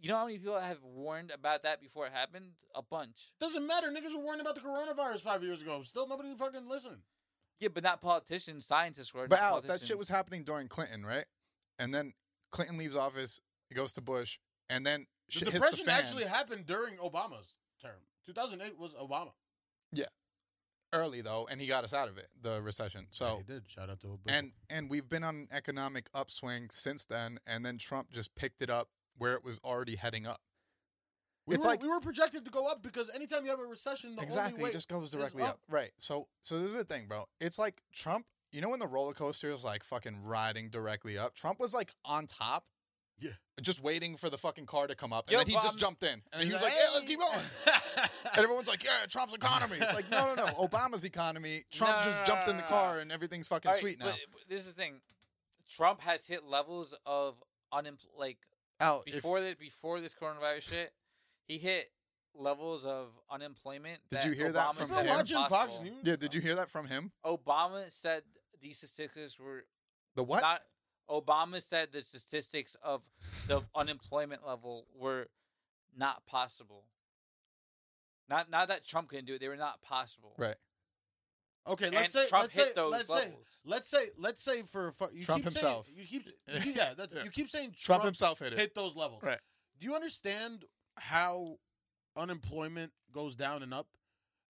You know how many people have warned about that before it happened? A bunch. Doesn't matter. Niggas were worrying about the coronavirus five years ago. Still, nobody fucking listened. Yeah, but not politicians. Scientists were. but not Al, that shit politicians. was happening during Clinton, right? And then Clinton leaves office, it goes to Bush, and then The shit hits the depression fan. actually happened during Obama's term. 2008 was Obama. early though, and he got us out of it, the recession. So did. Shout out to Obama. and and we've been on an economic upswing since then, and then Trump just picked it up where it was already heading up. we it's were, like- we were projected to go up because anytime you have a recession, the exactly, only way it just goes is directly up. up. Right. So so this is the thing, bro. It's like Trump. You know when the roller coaster is like fucking riding directly up? Trump was like on top. Yeah. Just waiting for the fucking car to come up, and Yo, then he but just I'm- jumped in, and then he was like, "Yeah, let's keep going." And everyone's like, "Yeah, Trump's economy." It's like, no, no, no. Obama's economy. Trump No, no, just no, jumped no, in the no, no. car, and everything's fucking All right, sweet now. But, but this is the thing. Trump has hit levels of unemployment. Like Al, Oh, if- before the before this coronavirus shit, he hit levels of unemployment. Did you hear that Obama from You're said still him? was watching Fox impossible. News. yeah, did you hear that from him? Obama said these statistics were The what? not Obama said the statistics of the unemployment level were not possible. Not not that Trump couldn't do it; they were not possible. right. Okay, And let's say Trump let's hit say, those let's say levels. let's say let's say for a fu- you Trump keep himself. Saying, you keep you- yeah, that's, Yeah. you keep saying Trump, Trump, himself hit it. hit those levels. Right. Do you understand how unemployment goes down and up?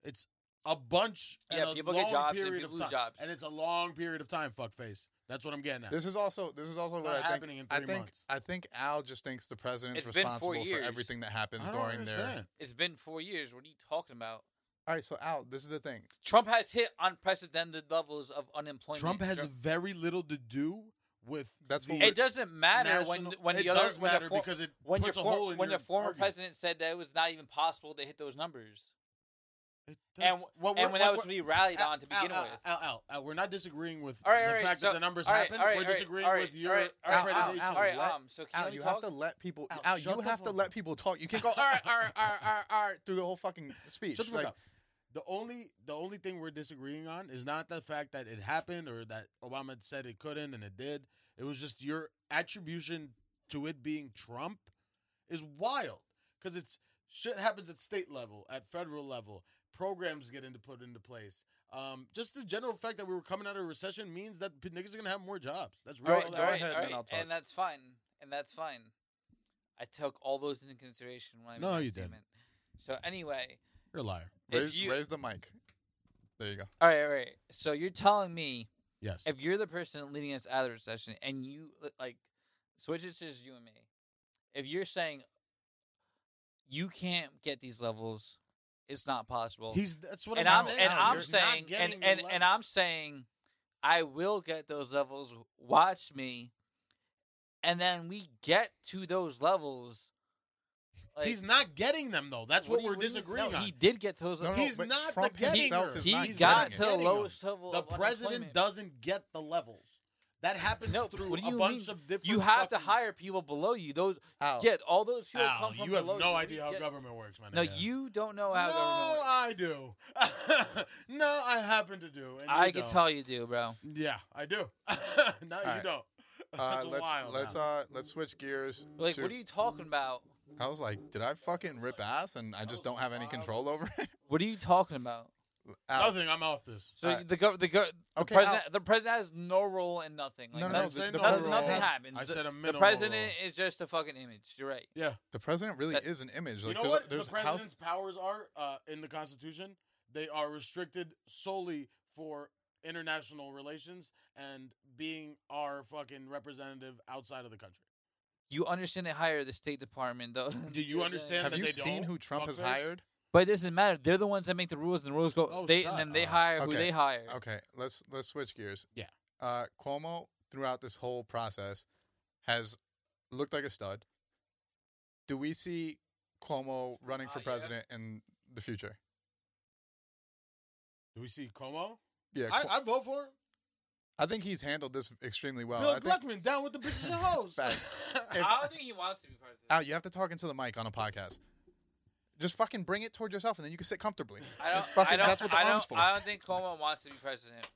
It's a bunch Yeah, and a people long get jobs and period people lose of time, jobs. and it's a long period of time. Fuck face. That's what I'm getting at. This is also this is also It's what not I think. happening in I three think months. I think Al just thinks the president's It's been four responsible for years. everything that happens I don't during their. understand. It's been four years. What are you talking about? All right, so Al, this is the thing. Trump has hit unprecedented levels of unemployment. Trump has very little to do with That's the what It doesn't matter when national- when it the other does when matter the for- because it when your, puts a for- hole in when your the former argument. president said that it was not even possible to hit those numbers. It And does- w- what, and we're- when what- that was what- really rallied Al- on to begin Al, with. Al, Al, Al, we're not disagreeing with All right, the all right, fact so- that the numbers all right, happen. all right, we're all right, disagreeing all right, with your all right, all right, accreditation. Al, all right, Let- um, so can Al, you you talk? have to let people. Al, Al, shut you the have to fuck let up. people talk. You can't go all right, all right, all right, all right, all right through the whole fucking speech. Shut the fuck Like, up. The only the only thing we're disagreeing on is not the fact that it happened or that Obama said it couldn't and it did. It was just your attribution to it being Trump is wild because it's shit happens at state level, at federal level. Programs get into put into place. Um, just the general fact that we were coming out of a recession means that p- niggas are gonna have more jobs. That's All really right, all that go matters. ahead, and then I'll talk. And that's fine. And that's fine. I took all those into consideration when I made No, my you didn't. statement. So anyway, You're a liar. if Raise, you- raise the mic. There you go. all right, all right. So you're telling me Yes. if you're the person leading us out of the recession and you li- like switch it to just you and me, if you're saying you can't get these levels, it's not possible. He's that's what and I'm, I'm, saying. and Al, I'm you're not saying and, getting the and, and level. I'm saying I will get those levels. Watch me, and then we get to those levels. Like, He's not getting them though. That's what what, do you- we're what do you- disagreeing no, on. He did get to those. No, no, levels. He's but not Trump the getting himself her. is he not he's got getting to it. the getting them. lowest level. the of president unemployment. doesn't get the levels. That happens No, through what do a you bunch mean? of different. You have to fucking- hire people below you. Those Al, get all those people Al, come from you have below no We idea how get- government works, man. No, you don't know No, how I government works. do. no, I happen to do. And I you can don't. tell you do, bro. Yeah, I do. no, you right. don't. Uh, That's let's wild. let's Al. uh let's switch gears. Like, to- what are you talking about? I was like, did I fucking rip ass and I just don't have any control over it? What are you talking about? Al, Nothing. I'm off this. So Alright. the gov- the, gov- the Uh, Okay, president the president has no role in nothing. Like, No, no, I'm no, that's- the- saying the no that's- president role. nothing has- happens. I said a the minimal role. president is just a fucking image. You're right. the president really That- is an image. Like, you know there's, what a, there's the a house- president's powers are uh, in the Constitution? They are restricted solely for international relations and being our fucking representative outside of the country. You understand they hire the State Department though. Do you understand Have that you they seen don't? who Trump has Fuckface? hired? But it doesn't matter. They're the ones that make the rules, and the rules go. Oh, they shut and then they up. hire who Okay. they hire. Okay, let's let's switch gears. Yeah. Uh, Cuomo throughout this whole process has looked like a stud. Do we see Cuomo running for Uh, yeah. president in the future? Do we see Como? Yeah, I, Cu- I, I vote for him. think he's handled this extremely well. I Bill think- Gluckman down with the bitches and hoes. Facts. I don't think he wants to be part of Al, you have to talk into the mic on a podcast. Just fucking bring it toward yourself, and then you can sit comfortably. I don't, it's fucking I don't, that's what the I don't, arms for. I don't think Cuomo wants to be president,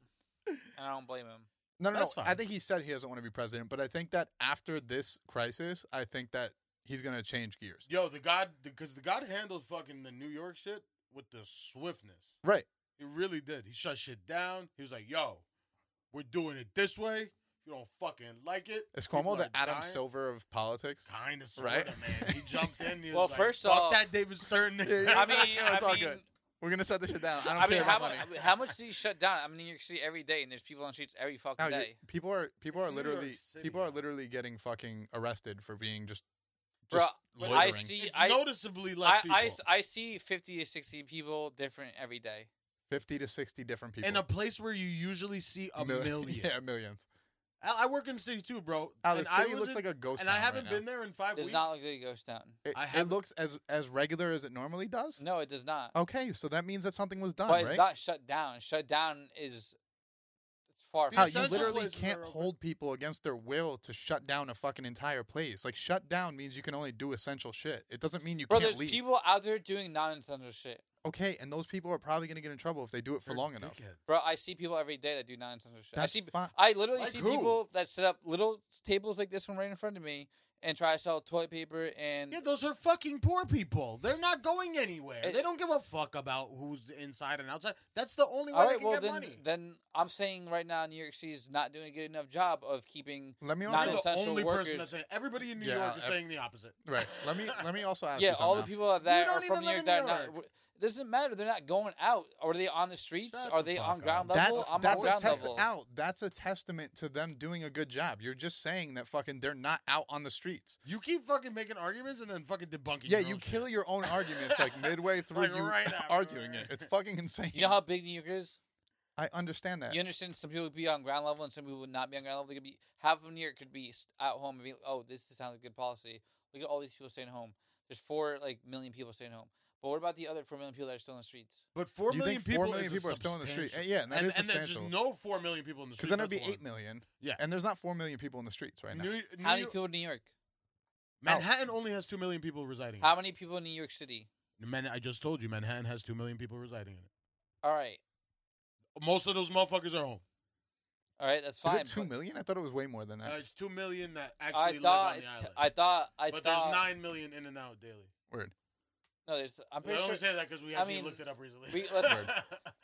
and I don't blame him. No, no, no. That's I fine. think he said he doesn't want to be president, but I think that after this crisis, I think that he's going to change gears. Yo, the God, because the, God handled fucking the New York shit with the swiftness. Right. He really did. He shut shit down. He was like, "Yo, we're doing it this way. If you don't fucking like it, Is Cuomo People the are Adam dying. Silver of politics? kind of Right. right, man." He jumped in. He was Well, like, first Fuck off- that David Stern. Yeah, yeah. I nigga." mean, No, it's I all mean, good. We're gonna shut this shit down. I don't I care mean, about how, mu- money. how much does he shut down? I mean, New York City every day, and there's people on the streets every fucking Now, you- day. people are people It's are New York literally City, people are though. literally getting fucking arrested for being just. Bro, just but I loitering. see, it's I, noticeably less I, people I s- I see 50 to 60 people different every day. fifty to sixty different people in a place where you usually see a Mil- million. Yeah, millions. I, I work in the city too, bro. Al, the and I city was looks in- like a ghost. and I town right haven't now. been there in five Does weeks. not look like a ghost town. It, I it haven't- looks as as regular as it normally does. No, it does not. Okay, so that means that something was Oh, done, but it's right? not shut down. Shut down is it's far. The How fetched. you essential literally places can't are open. hold people against their will to shut down a fucking entire place. Like shut down means you can only do essential shit. It doesn't mean you Bro, can't there's leave. people out there doing non-essential shit. Okay, and those people are probably gonna get in trouble if they do it for They're long enough. dickheads. Bro, I see people every day that do non-essential shit. That's I see, fine. I literally Like see who? people that set up little tables like this one right in front of me and try to sell toilet paper and Yeah, those are fucking poor people. They're not going anywhere. It- they don't give a fuck about who's inside and outside. That's the only way All they right, can well get then, money. then I'm saying right now New York City is not doing a good enough job of keeping. Let me Not also You're the non-essential only person workers- that's saying. Everybody in New Yeah, York is ev- saying the opposite. Right. Let me let me also ask Yeah, you something. all the now. people that You are don't from even New York live in that are New not. York. It doesn't matter. They're not going out. Are they on the streets? Shut are the they fuck on ground up. level? that's I'm that's on a ground test level. out. That's a testament to them doing a good job. You're just saying that fucking they're not out on the streets. You keep fucking making arguments and then fucking debunking. Yeah, your you own kill shit. your own arguments like midway through Like, you right after. arguing it. It's fucking insane. You know how big New York is. I understand that. You understand? Some people would be on ground level, and some people would not be on ground level. They could be half of New York could be s- at home and be, oh, this sounds like good policy. Look at all these people staying home. There's four like million people staying home. But what about the other four million people that are still in the streets? But four you million think four people million is people are still in the street? And, yeah, and that and, is and there's substantial. just no four million people in the street. Because then it'd be that's eight one. million. Yeah. and there's not four million people in the streets right now. New, How New- many people in New York? Manhattan only has two million people Hmm. residing. How many people in New York City? in it. Man, I just told you, Manhattan has two million people residing in it. All right, Most of those motherfuckers are home. all right, that's Is fine. it two but million? I thought it was way more than that. Uh, it's two million that I actually live thought, on the it's- island. I thought, I but thought, there's nine million in and out daily. Word. no, there's. I'm I pretty only sure. say that because we I actually mean, looked it up recently. we- let's-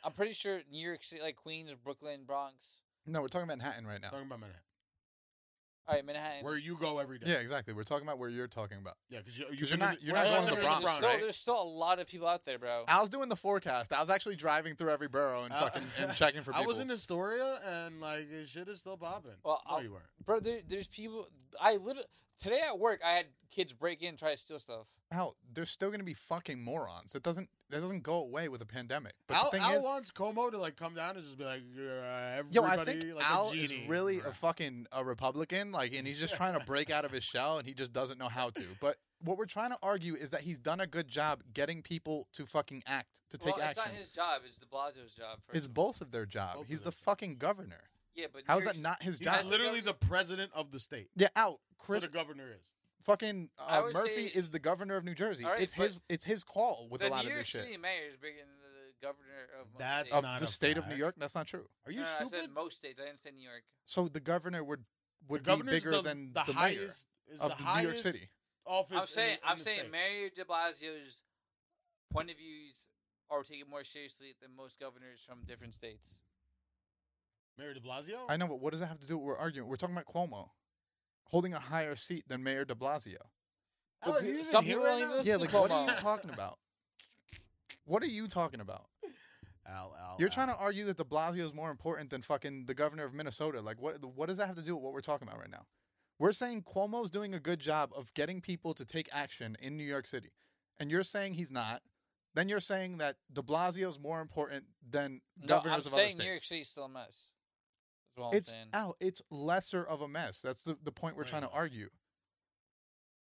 I'm pretty sure New York City, like Queens, Brooklyn, Bronx. No, we're talking Manhattan right now. Talking about Manhattan, All right, Manhattan. where you go every day. Yeah, exactly. We're talking about where you're talking about. yeah, because you, 'Cause you're not you're not going to Bronx, there's, Bronx, still, right? there's still a lot of people out there, bro. I was doing the forecast. I was actually driving through every borough and Uh, fucking and checking for people. I was in Astoria and like shit is still popping. Well, no, I'll- you weren't. Bro, there, there's people. I literally today at work, I had kids break in, and try to steal stuff. Hell, there's still gonna be fucking morons. It doesn't that doesn't go away with a pandemic. But Al, the thing Al is, wants Como to like come down and just be like, "Yeah, everybody, yo, I think like Al a is genie." really a fucking a Republican, like, and he's just trying to break out of his shell, and he just doesn't know how to. But what we're trying to argue is that he's done a good job getting people to fucking act, to take well, action. It's not his job. It's De Blasio's job. first It's of all. both of their job. Both he's of the their fucking governor. Yeah, but How is New that York- not his He's job? Al- literally the president of the state. yeah, out. Chris, Chris the governor is. fucking I uh, would Murphy say- is the governor of New Jersey. All right, it's but his it's his call with the a lot New of York this shit. City mayor is bigger than the governor of most That's states. Of not the a state of New fact. York, that's not true. Are you No, no, I stupid? said most states. I didn't say New York. So the governor would would the be governor's bigger the, than the, the, mayor highest is of the New highest York City. office. I'm saying, in the, in I'm the saying, state. Mayor De Blasio's point of views are taken more seriously than most governors from different states. Mayor De Blasio. I know, but what does that have to do with what we're arguing? We're talking about Cuomo holding a higher seat than Mayor De Blasio. Al, Look, are you even some here people don't right now? even yeah, Listen, like what are you Cuomo. talking about? What are you talking about? Al, Oh, Al, You're trying to argue that De Blasio is more important than fucking the governor of Minnesota. Like, what what does that have to do with what we're talking about right now? We're saying Cuomo's doing a good job of getting people to take action in New York City, and you're saying he's not. Then you're saying that De Blasio's more important than No, I'm governors of other saying states. New York City's still a mess. That's what I'm it's saying. out. It's lesser of a mess. That's the, the point we're Right. trying to argue.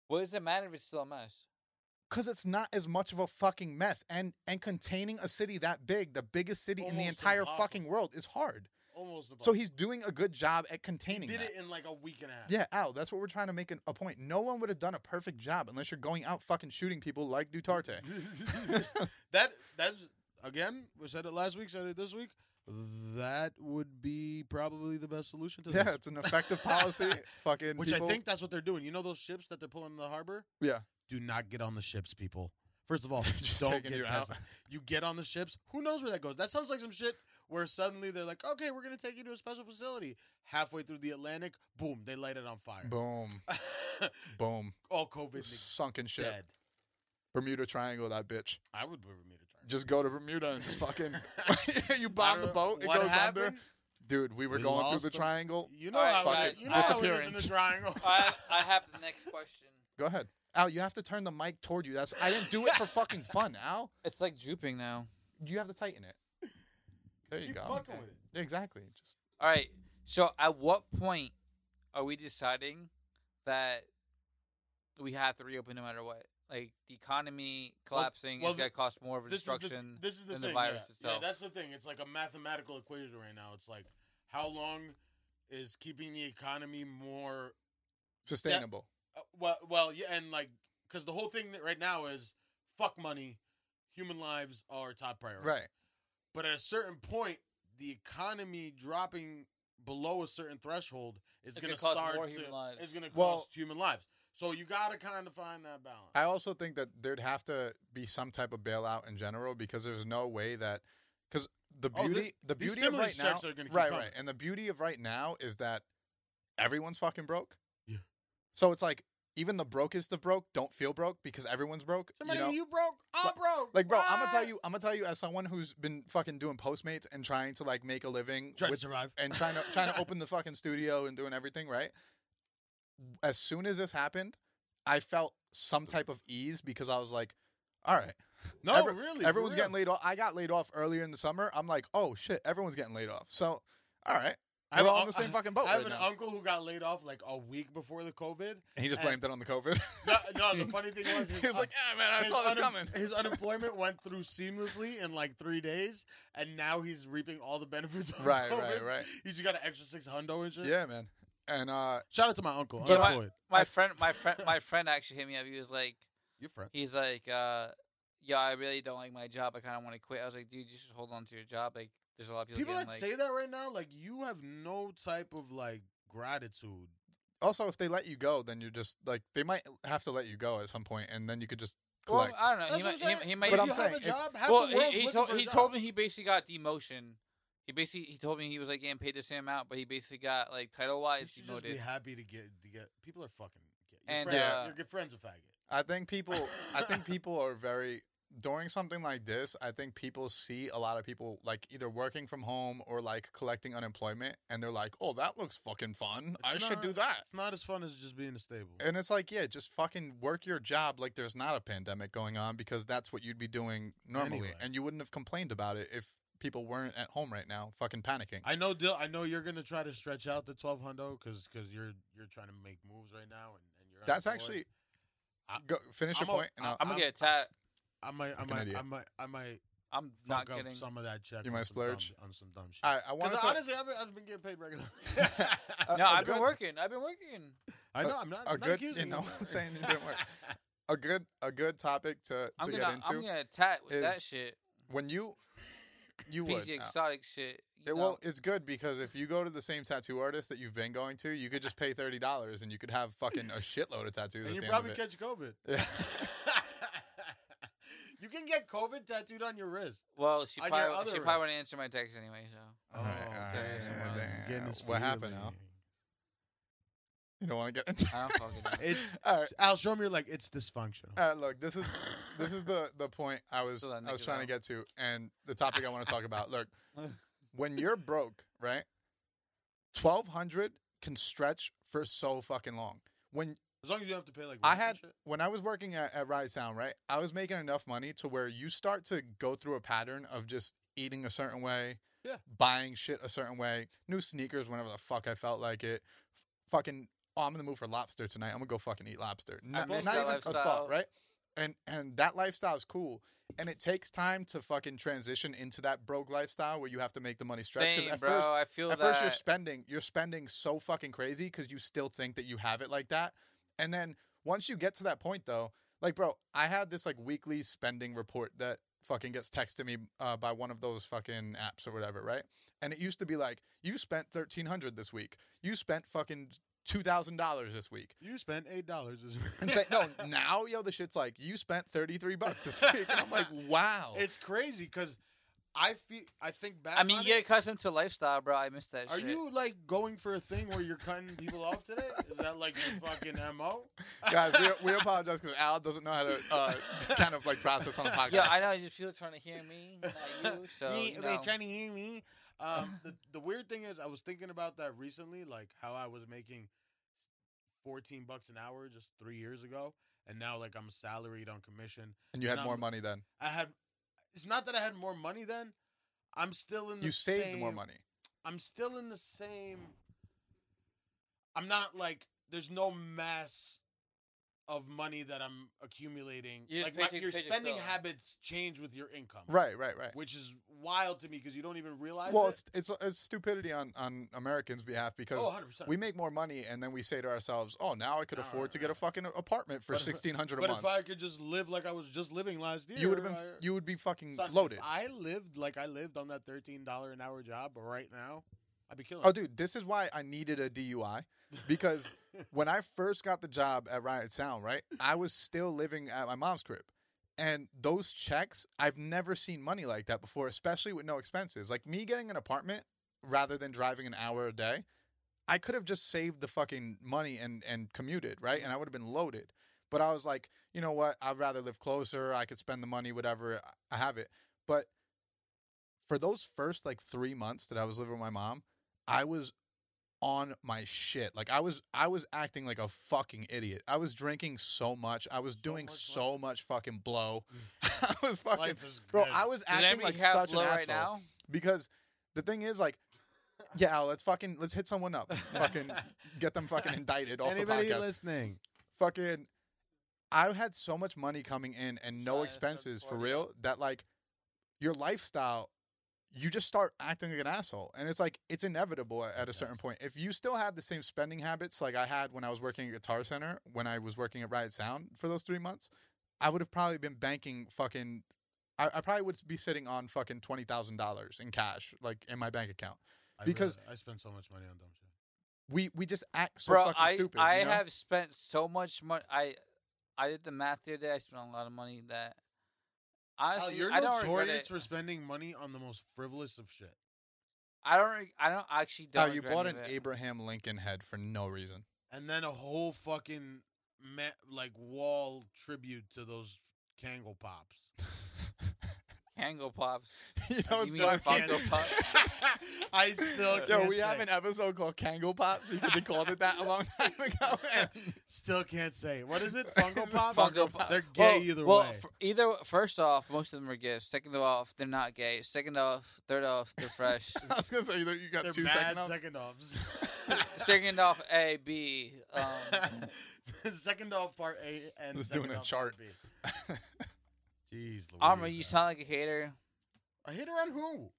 What does it matter if it's still a mess? Because it's not as much of a fucking mess, and and containing a city that big, the biggest city in the Almost entire impossible. fucking world, is hard. almost. So impossible. he's doing a good job at He containing did that. it in like a week and a half. Yeah, out. That's what we're trying to make an, a point. No one would have done a perfect job unless you're going out fucking shooting people like Duterte. that that's again. We said it last week. Said it this week. That would be probably the best solution to yeah, this. it's an effective policy. fucking Which people- I think that's what they're doing. You know those ships that they're pulling in the harbor? Yeah. Do not get on the ships, people. First of all, Just don't taking get you you out. You get on the ships. Who knows where that goes? That sounds like some shit where suddenly they're like, okay, we're gonna take you to a special facility. Halfway through the Atlantic, boom, they light it on fire. boom, boom, all COVID niggas sunken ship. dead. Bermuda Triangle, that bitch. I would be Bermuda Triangle. Just go to Bermuda and just fucking. you I bomb the don't- boat, it what goes under. happened? Dude, we were We going through lost the them. triangle. You know All right, how it guys, is. You know how it is in the disappearance. triangle. I I have the next question. Go ahead, Al. You have to turn the mic toward you. That's I didn't do it for fucking fun, Al. It's like drooping now. You have to tighten it. There you Keep go. fucking with it. Exactly. Just All right. So at what point are we deciding that we have to reopen no matter what? Like the economy collapsing well, is going to cost more of this is the, destruction this is the than thing. the virus yeah. itself. yeah, that's the thing. It's like a mathematical equation right now. It's like how long is keeping the economy more sustainable. uh, well, well, yeah, and like because the whole thing that right now is fuck money, human lives are top priority. Right. But at a certain point, the economy dropping below a certain threshold is It's going to gonna cost start. more to- human lives. It's going to Well- Uh, cost human lives. So you got to kind of find that balance. I also think that there'd have to be some type of bailout in general because there's no way that because the Oh, beauty the, these beauty of right stimulus now checks are gonna keep right coming. right and the beauty of right now is that everyone's fucking broke. Yeah. So it's like even the brokest of broke don't feel broke because everyone's broke. You Somebody, you, know? broke? I'm Like- broke. like bro, I'm gonna tell What? you, I'm gonna tell you as someone who's been fucking doing Postmates and trying to like make a living Trying with to survive and trying to trying to open the fucking studio and doing everything right. As soon as this happened, I felt some type of ease because I was like, "All right, No, Every- really, for everyone's real. getting laid off." I got laid off earlier in the summer. I'm like, "Oh shit, everyone's getting laid off." So, all right, I have We're an all in un- the same fucking boat I have right an now. uncle who got laid off like a week before the COVID. And he just and- blamed it on the COVID. No, no the funny thing was, his he was un- like, "Yeah, man, I his saw this unem- coming." His unemployment went through seamlessly in like three days, and now he's reaping all the benefits. Of Right, COVID. right, right. He just got an extra six hundo and shit. Yeah, man. And uh, Shout out to my uncle. But I- unemployed. My friend, my friend, my friend actually hit me up. He was like, Your friend. he's like, uh, yeah, I really don't like my job. I kind of want to quit. I was like, dude, you should hold on to your job. Like, there's a lot of people. People that getting, like, say that right now, like you have no type of like gratitude. also, if they let you go, then you're just like they might have to let you go at some point, and then you could just Well, collect. I don't know. That's he what I'm might, saying. he, he might. But if I'm you saying, have a if- job, half well, the he, world's he looking told for a he job. told me he basically got demotion. He basically he told me he was like getting paid the same amount, but he basically got like title You wise should just be demoted. happy to get to get. People are fucking. Get, your And, friend, uh, your good friend's a faggot. I think people I think people are very during something like this, I think people see a lot of people like either working from home or like collecting unemployment and they're like, "Oh, that looks fucking fun. I It's should do not- that." It's not as fun as just being a stable. And it's like, yeah, just fucking work your job like there's not a pandemic going on because that's what you'd be doing normally Anyway. and you wouldn't have complained about it if people weren't at home right now fucking panicking. I know, Dil. I know you're gonna try to stretch out the twelve hundo because because you're you're trying to make moves right now, and, and you're that's unemployed. actually go, finish I'm your a- point and I'll, I'm gonna I'm- get a tat. I might I Fucking might, idiot. I might I might I'm not fuck up kidding. some of that check. You on might some dumb splurge? sh- on some dumb shit. I, I wanted Because to honestly, I've been, I've been getting paid regularly. Uh, No, a I've been good- working. I've been working. I know I'm not. a I'm not good- accusing you know, of I'm that. saying you didn't work. a good a good topic to, I'm to gonna get into. I'm gonna tat with that is- shit. when you you Piece would of uh, exotic shit. you it- know? well it's good because if you go to the same tattoo artist that you've been going to you could just pay $30 and you could have fucking a shitload of tattoos and at you the probably end of it. catch COVID. Yeah. you can get COVID tattooed on your wrist. well, she on your probably other she route. probably wouldn't answer my text anyway. So All right, all right, damn. damn. Getting this What filet happened, Al? mignon. you don't want to get into I don't fucking know. It's all right Uh, Al. Show me. You're like it's dysfunctional. all right look this is this is the the point i was So that i was nigga's trying to out. get to and the topic i want to talk about look when you're broke right 1200 can stretch for so fucking long when As long as you have to pay like. I rent and had shit. when I was working at, at Ride Sound, right? I was making enough money to where you start to go through a pattern of just eating a certain way, Yeah. buying shit a certain way, new sneakers whenever the fuck I felt like it. F- fucking oh, I'm in the mood for lobster tonight. I'm gonna go fucking eat lobster. N- Not, miss even that a lifestyle. thought, right? And and that lifestyle's cool. And it takes time to fucking transition into that broke lifestyle where you have to make the money stretch. Same, at bro. first I feel at that. first you're spending you're spending so fucking crazy because you still think that you have it like that and then once you get to that point though like bro i had this like weekly spending report that fucking gets texted me uh, by one of those fucking apps or whatever right and it used to be like you spent 1300 this week you spent fucking $2000 this week You spent eight dollars. and say no now yo the shit's like you spent 33 bucks this week and i'm like wow It's crazy because I feel. I think back. I mean, on you it. get accustomed to lifestyle, bro. I miss that Are shit. you like going for a thing where you're cutting people off today? Is that like your fucking mo? guys we, we apologize because al doesn't know how to uh, kind of like process on the podcast Yeah, I know. Just people trying to hear me, not you. So Me- you they know. trying to hear me. Um, the, the weird thing is, I was thinking about that recently, like how I was making fourteen bucks an hour just three years ago, and now like I'm salaried on commission. and you had And more I'm- money then I had. It's not that I had more money then. I'm still in the you saved more same- money I'm still in the same. I'm not like there's no mass of money that I'm accumulating. You just like my, paycheck to your paycheck spending still. habits change with your income, Right, right, right. Which is wild to me because you don't even realize. Well, it. it's, it's it's stupidity on on Americans' behalf because oh, 100 percent. we make more money and then we say to ourselves, "Oh, now I could All afford right, to get a right. fucking apartment for But if- sixteen hundred a But if month." I could just live like I was just living last year, you would have been I- you would be fucking Son, if loaded. I lived like I lived on that thirteen dollar an hour job right now. I'd be killing. Oh, it. dude, this is why I needed a DUI because when I first got the job at Riot Sound, right, I was still living at my mom's crib. And those checks, I've never seen money like that before, especially with no expenses. Like me getting an apartment rather than driving an hour a day, I could have just saved the fucking money and, and commuted, right? And I would have been loaded. But I was like, you know what? I'd rather live closer. I could spend the money, whatever. I- I have it. But for those first like three months that I was living with my mom, I was on my shit. Like I was I was acting like a fucking idiot. I was drinking so much. I was doing much so much fucking blow. I was fucking Life is bro, good. I was Does acting anybody like have such an blow asshole right now? because the thing is like yeah, Al, let's fucking let's hit someone up. fucking get them fucking indicted off Anybody the podcast. listening? fucking I had so much money coming in and no Sorry, I said expenses for before, real that like your lifestyle you just start acting like an asshole and it's like it's inevitable at, at a certain point if you still had the same spending habits like i had when i was working at guitar center when i was working at riot sound for those three months i would have probably been banking fucking i, I probably would be sitting on fucking $20000 in cash like in my bank account I Because- realize I spend so much money on dumb shit. we we just act so Bro, fucking I stupid I you know? have spent so much money. I I did the math the other day. I spent a lot of money that Oh, honestly you're I don't regret notorious it. for spending money on the most frivolous of shit. I don't. Re- I don't actually. Oh, Don't you regret bought an any of it. abraham lincoln head for no reason And then a whole fucking ma- like wall tribute to those Kangle pops. Kango pops. you know, know, it's it's You mean fucking- Funko I still Yo, can't Yo, we say. have an episode called Kangle Pops because they called it that a long time ago. And still can't say. What is it? Funko pop. Funko Pop. They're Well- gay either well, way. f- either first off, most of them are gifts. Second off, they're not gay. Second off, third off, they're fresh. I was gonna say you know, you got They're two bad seconds. second offs. Second off, A B. Um, second off part A and Let's second doing a off chart. part B. Jeez, Armor, Louise, you man. sound like a hater. a hater on who?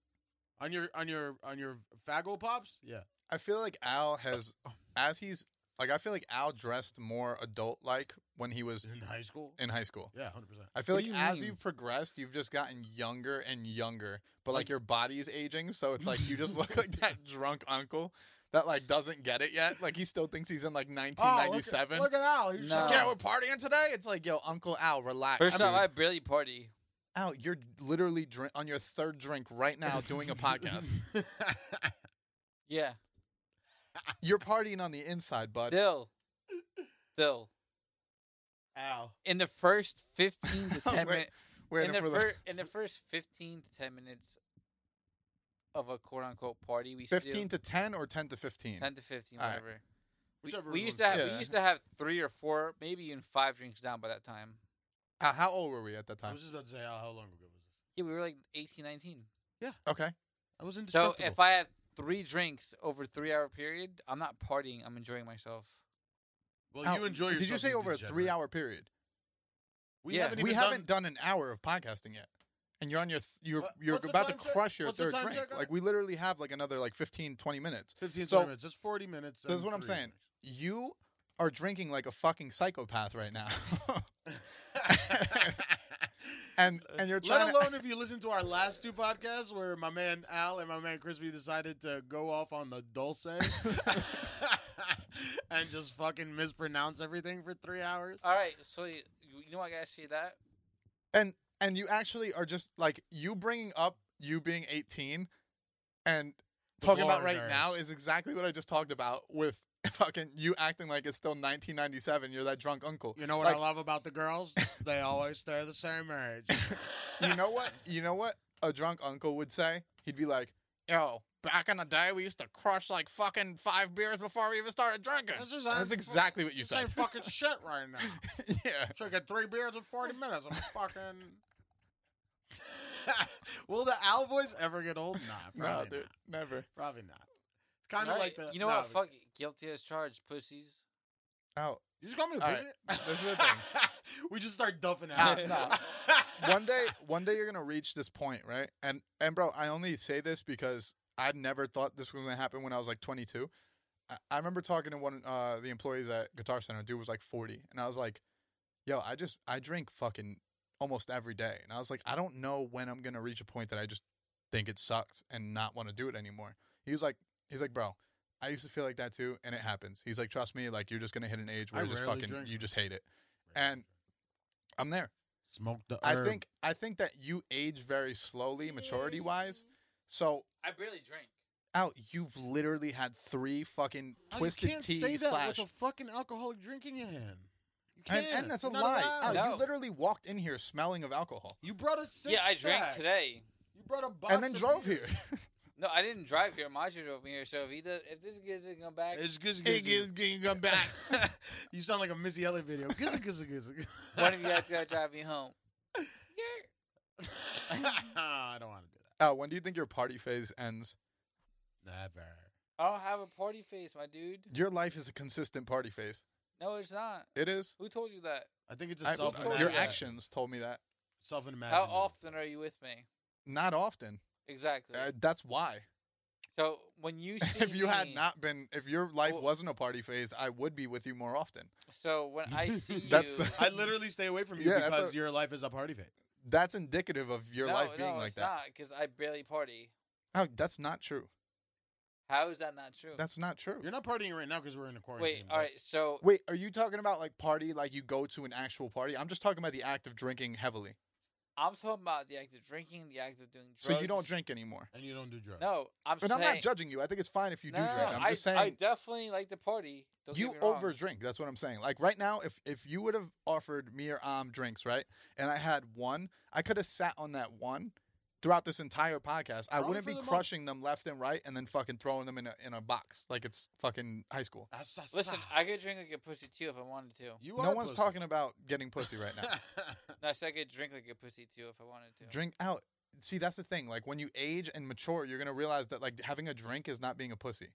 On your on your on your faggle pops? Yeah. I feel like Al has, as he's like, I feel like Al dressed more adult like when he was In high school? in high school. Yeah, hundred percent. I feel What like do you as mean? you've progressed, you've just gotten younger and younger, but like, Like- your body is aging, so it's like you just look like that drunk uncle that like doesn't get it yet. Like he still thinks he's in like 1997. Oh, look at Al. he's He's No. like, Yeah, we're partying today. It's like, yo, Uncle Al, relax. First I off, mean- I barely party. Al, you're literally drink on your third drink right now doing a podcast. Yeah, you're partying on the inside, bud. still, still. Al. In the first fifteen to I was ten wait- minutes, in Waiting the, for the- fir- in the first fifteen to ten minutes of a quote unquote party, we used to do- 15 to 10 or 10 to 15? ten to fifteen, All right. whatever. We, Whichever we one used to works. have, we Yeah. used to have three or four, maybe even five drinks down by that time. Al, how old were we at that I time? was just about to say Al, how long ago was this? Yeah, we were like 18, 19. Okay. I was So indestructible. if I have three drinks over three hour period, I'm not partying. I'm enjoying myself. well, Al, Oh, you enjoy Did you yourself, say over a degenerate. three hour period? We Yeah. haven't we even haven't done an hour of podcasting yet. And you're on your, th- you're, What- you're what's the about to time check? crush your What's the third time drink. check on Like, it? we literally have like another like 15, 20 minutes. 15 So- 20 minutes. That's 40 minutes. That's and what I'm three saying. drinks. You are drinking like a fucking psychopath right now. and, and you're trying Let to- alone if you listen to our last two podcasts where my man Al and my man Crispy decided to go off on the dulce and just fucking mispronounce everything for three hours. Uh, All right. So you, you know, I gotta say that. and and you actually are just like you bringing up you being 18 and The talking about blonde right nurse. now is exactly what i just talked about with fucking you acting like it's still 1997 you're that drunk uncle You know what Like- I love about the girls? They always stay the same age. you know what you know what a drunk uncle would say he'd be like yo back in the day we used to crush like fucking five beers before we even started drinking This is that's unfu- exactly what you This ain't said fucking shit right now. yeah Drinking three beers in 40 minutes. I'm fucking. Will the Al voice ever get old? Nah, no probably dude not. never Probably not. It's kind of All like right, the. you know nah, what? Fuck it. Guilty as charged, pussies. out You just call me a All pussy. right, this is the thing. we just start duffing out. Ah, one day one day you're gonna reach this point right and and bro i only say this because i never thought this was gonna happen when i was like 22 i, I remember talking to one uh the employees at guitar center dude was like 40 and i was like yo i just i drink fucking almost every day and i was like i don't know when i'm gonna reach a point that i just think it sucks and not want to do it anymore he was like he's like bro I used to feel like that too, and it happens. He's like, trust me, like you're just gonna hit an age where I you just rarely fucking drink. you just hate it. And I'm there. smoke the. I herb. think I think that you age very slowly, maturity wise. Mm. So I barely drink. out, you've literally had three fucking Oh, you twisted can't tea say that slash, with a fucking alcoholic drink in your hand. You and, can't. and that's a You're not lie. Oh, allowed. Al, No. you literally walked in here smelling of alcohol You brought a six. yeah, I drank pack. today. You brought a box and then of drove beer. here. No, I didn't drive here. Maja drove me here. So if he does, if this gets to come back, It's good. getting come you sound like a Missy Elliott video. Gizzy, gizzy, gizzy. one of you guys gotta drive me home. I don't want to do that. Al, when do you think your party phase ends? Never. I don't have a party face, my dude. Your life is a consistent party face. No, it's not. It is. Who told you that? I think it's I- a self your self-imagined. actions told me that. self imagined. How often are you with me? Not often. Exactly. Uh, that's why. so when you see If you had me- not been, if your life Well- wasn't a party phase, I would be with you more often. so when I see That's you, the- I literally stay away from you Yeah, that's because a- your life is a party fit. That's indicative of your no, life being no, like it's that. because I barely party. Oh, that's not true. How is that not true? That's not true. You're not partying right now because we're in a quarantine. wait. but- All right, so Wait, are you talking about like party, like you go to an actual party? I'm just talking about the act of drinking heavily. I'm talking about the act of drinking, the act of doing drugs. So you don't drink anymore. And you don't do drugs. No, I'm But saying. I'm not judging you. I think it's fine if you do no, no, drink. no, I'm I, just I saying definitely like to party. Don't get you me wrong. over drink. That's what I'm saying. Like right now, if if you would have offered me or um drinks, right, and I had one, I could have sat on that one throughout this entire podcast. I Probably wouldn't for be the month. crushing them left and right and then fucking throwing them in a in a box like it's fucking high school. Asasa. Listen, I could drink like a pussy too if I wanted to. Ah, you No one's talking about getting pussy right now. No, I said I could drink like a pussy too if I wanted to. drink out. See, that's the thing. Like when you age and mature, you're gonna realize that like having a drink is not being a pussy.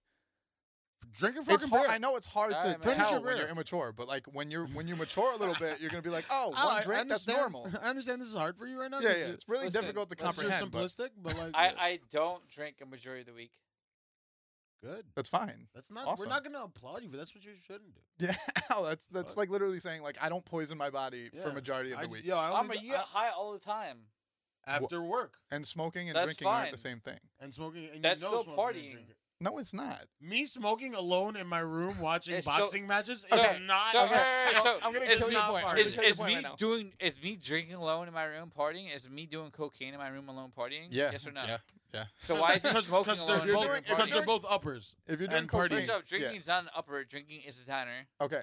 Drink your It's fucking hard. beer. I know it's hard All to right, man. tell Finish your when you're beer. immature, but like when you're when you mature a little bit, you're gonna be like, oh, one Oh, I- I drink that's understand- normal. I understand this is hard for you right now. Yeah, 'cause yeah. you- It's really Listen, diffically difficult to That's listen, comprehend. You're but simplistic, but, like, I, yeah, I don't drink a majority of the week. good. that's fine. That's not. Awesome. We're not going to applaud you for. That's what you shouldn't do. Yeah, that's that's Fuck. like literally saying like I don't poison my body for Yeah. majority of I, the week. Yo, I I'm only, a, you get high all the time. I, after work And smoking and That's drinking aren't the fine. same thing. and smoking. And That's you know still smoking and partying. drinking. No, it's not. Mm, Me smoking alone in my room watching It's still- boxing matches is Okay, not. so- okay, alright, no, so- I'm gonna it's kill your not point. partying. I'm Is, gonna kill the is point me right now. doing? Is me drinking alone in my room partying? Is me doing cocaine in my room alone partying? Yeah. Yes or no? Yeah. Yeah. So why is he Because- smoking because alone? they're in his both- room if you're Because partying? they're doing- both uppers. If you're doing And partying. cocaine, First off, yeah. drinking is not an upper. Drinking is a downer. Okay.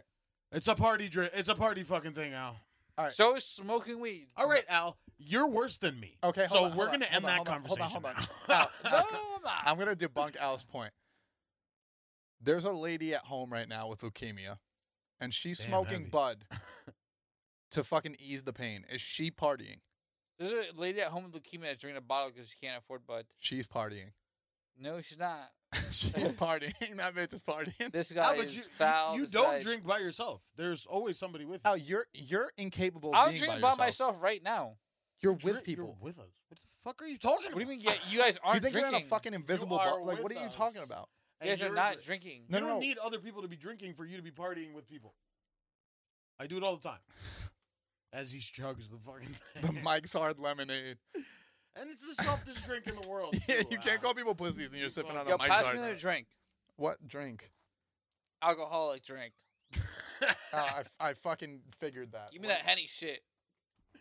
It's a party drink. It's a party fucking thing, Al. Right. So is smoking weed. All right, Al, you're worse than me. Okay, hold so on, we're hold on, gonna end hold that on, hold conversation. on, hold on, now. hold No, I'm not. I'm gonna debunk Al's point. There's a lady at home right now with leukemia, and she's Damn, smoking heavy. bud to fucking ease the pain. Is she partying? There's a lady at home with leukemia that's drinking a bottle because she can't afford bud. She's partying. No, she's not. she's partying. That bitch is partying. This guy Al, but is you, foul. you This don't guy- drink by yourself. There's always somebody with you. Al, you're you're incapable. Of I'll being drink by by yourself. myself right now. You're Drink- with people. You're with us. What the fuck are you talking about? What do you mean? Yeah, you guys aren't you think drinking. you're in a fucking invisible are bubble? Like, what with are you us. talking about? And You guys are you're not drinking. drinking. No, you no, don't no. need other people to be drinking for you to be partying with people. I do it all the time. As he chugs the fucking The thing. Mike's Hard Lemonade. and it's the softest drink in the world. yeah, too, you Al. can't call people pussies and you're sipping on Yo, a Mike's pass Hard. me another drink. What drink? Alcoholic drink. Uh, I, f- I fucking figured that. Give me that henny shit.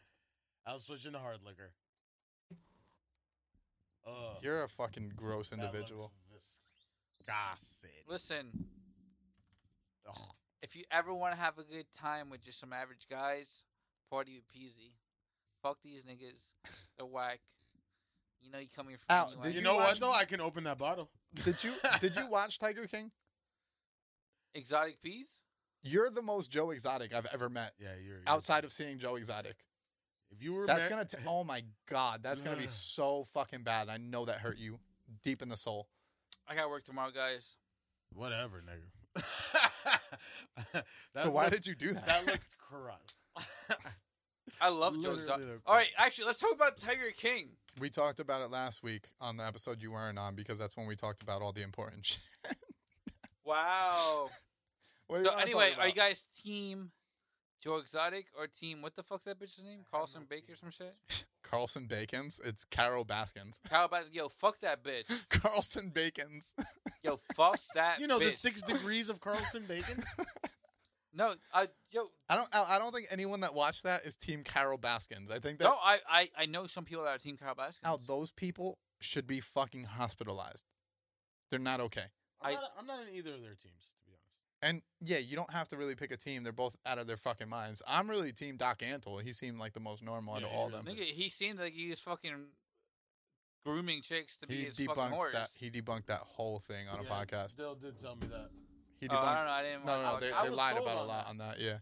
I'll switch into hard liquor. Ugh, You're a fucking gross that looks individual. Disgusting. Listen, Ugh. if you ever want to have a good time with just some average guys, party with Peasy. Fuck these niggas. They're whack. You know you come here from Al, anywhere. did You you know watch- what though? I can open that bottle. Did you did you watch Tiger King? Exotic peas? You're the most Joe Exotic I've ever met. Yeah, you're Outside of seeing Joe Exotic, If you were that's mar- gonna. T- oh my god, that's gonna be Ugh. so fucking bad. I know that hurt you deep in the soul. I got work tomorrow, guys. whatever, nigga. so why looked- did you do that? that looked crust? I love Joe Literally Exotic. they're- All right, actually, let's talk about Tiger King. we talked about it last week on the episode you weren't on because that's when we talked about all the important shit. Wow. What do you so wanna talk anyway, are about? you guys team Joe Exotic or team what the fuck's that bitch's name? Carlson no Baker team. or some shit? Carlson Bacon's? It's Carol Baskins. How about yo, fuck that bitch. Carlson Bacon's. Yo, fuck that you know the bitch. six degrees of Carlson Bacon. No, I yo I don't. I I don't think anyone that watched that is Team Carol Baskins. I think that no, I, I I know some people that are team Carl Baskins. Al, those people should be fucking hospitalized. They're not okay. I'm, I- not, I'm not in either of their teams, to be honest. And yeah, you don't have to really pick a team. They're both out of their fucking minds. I'm really team Doc Antle. He seemed like the most normal out Yeah, of he all of really them. Nigga, he seemed like he was fucking grooming chicks to be He his fucking horse. debunked that. He debunked that whole thing on Yeah, Uh, a podcast. Dale did tell me that. He oh, I don't debunked. know. I didn't. no, no, I, no, they, I they was lied sold about a on lot that. on that. Yeah,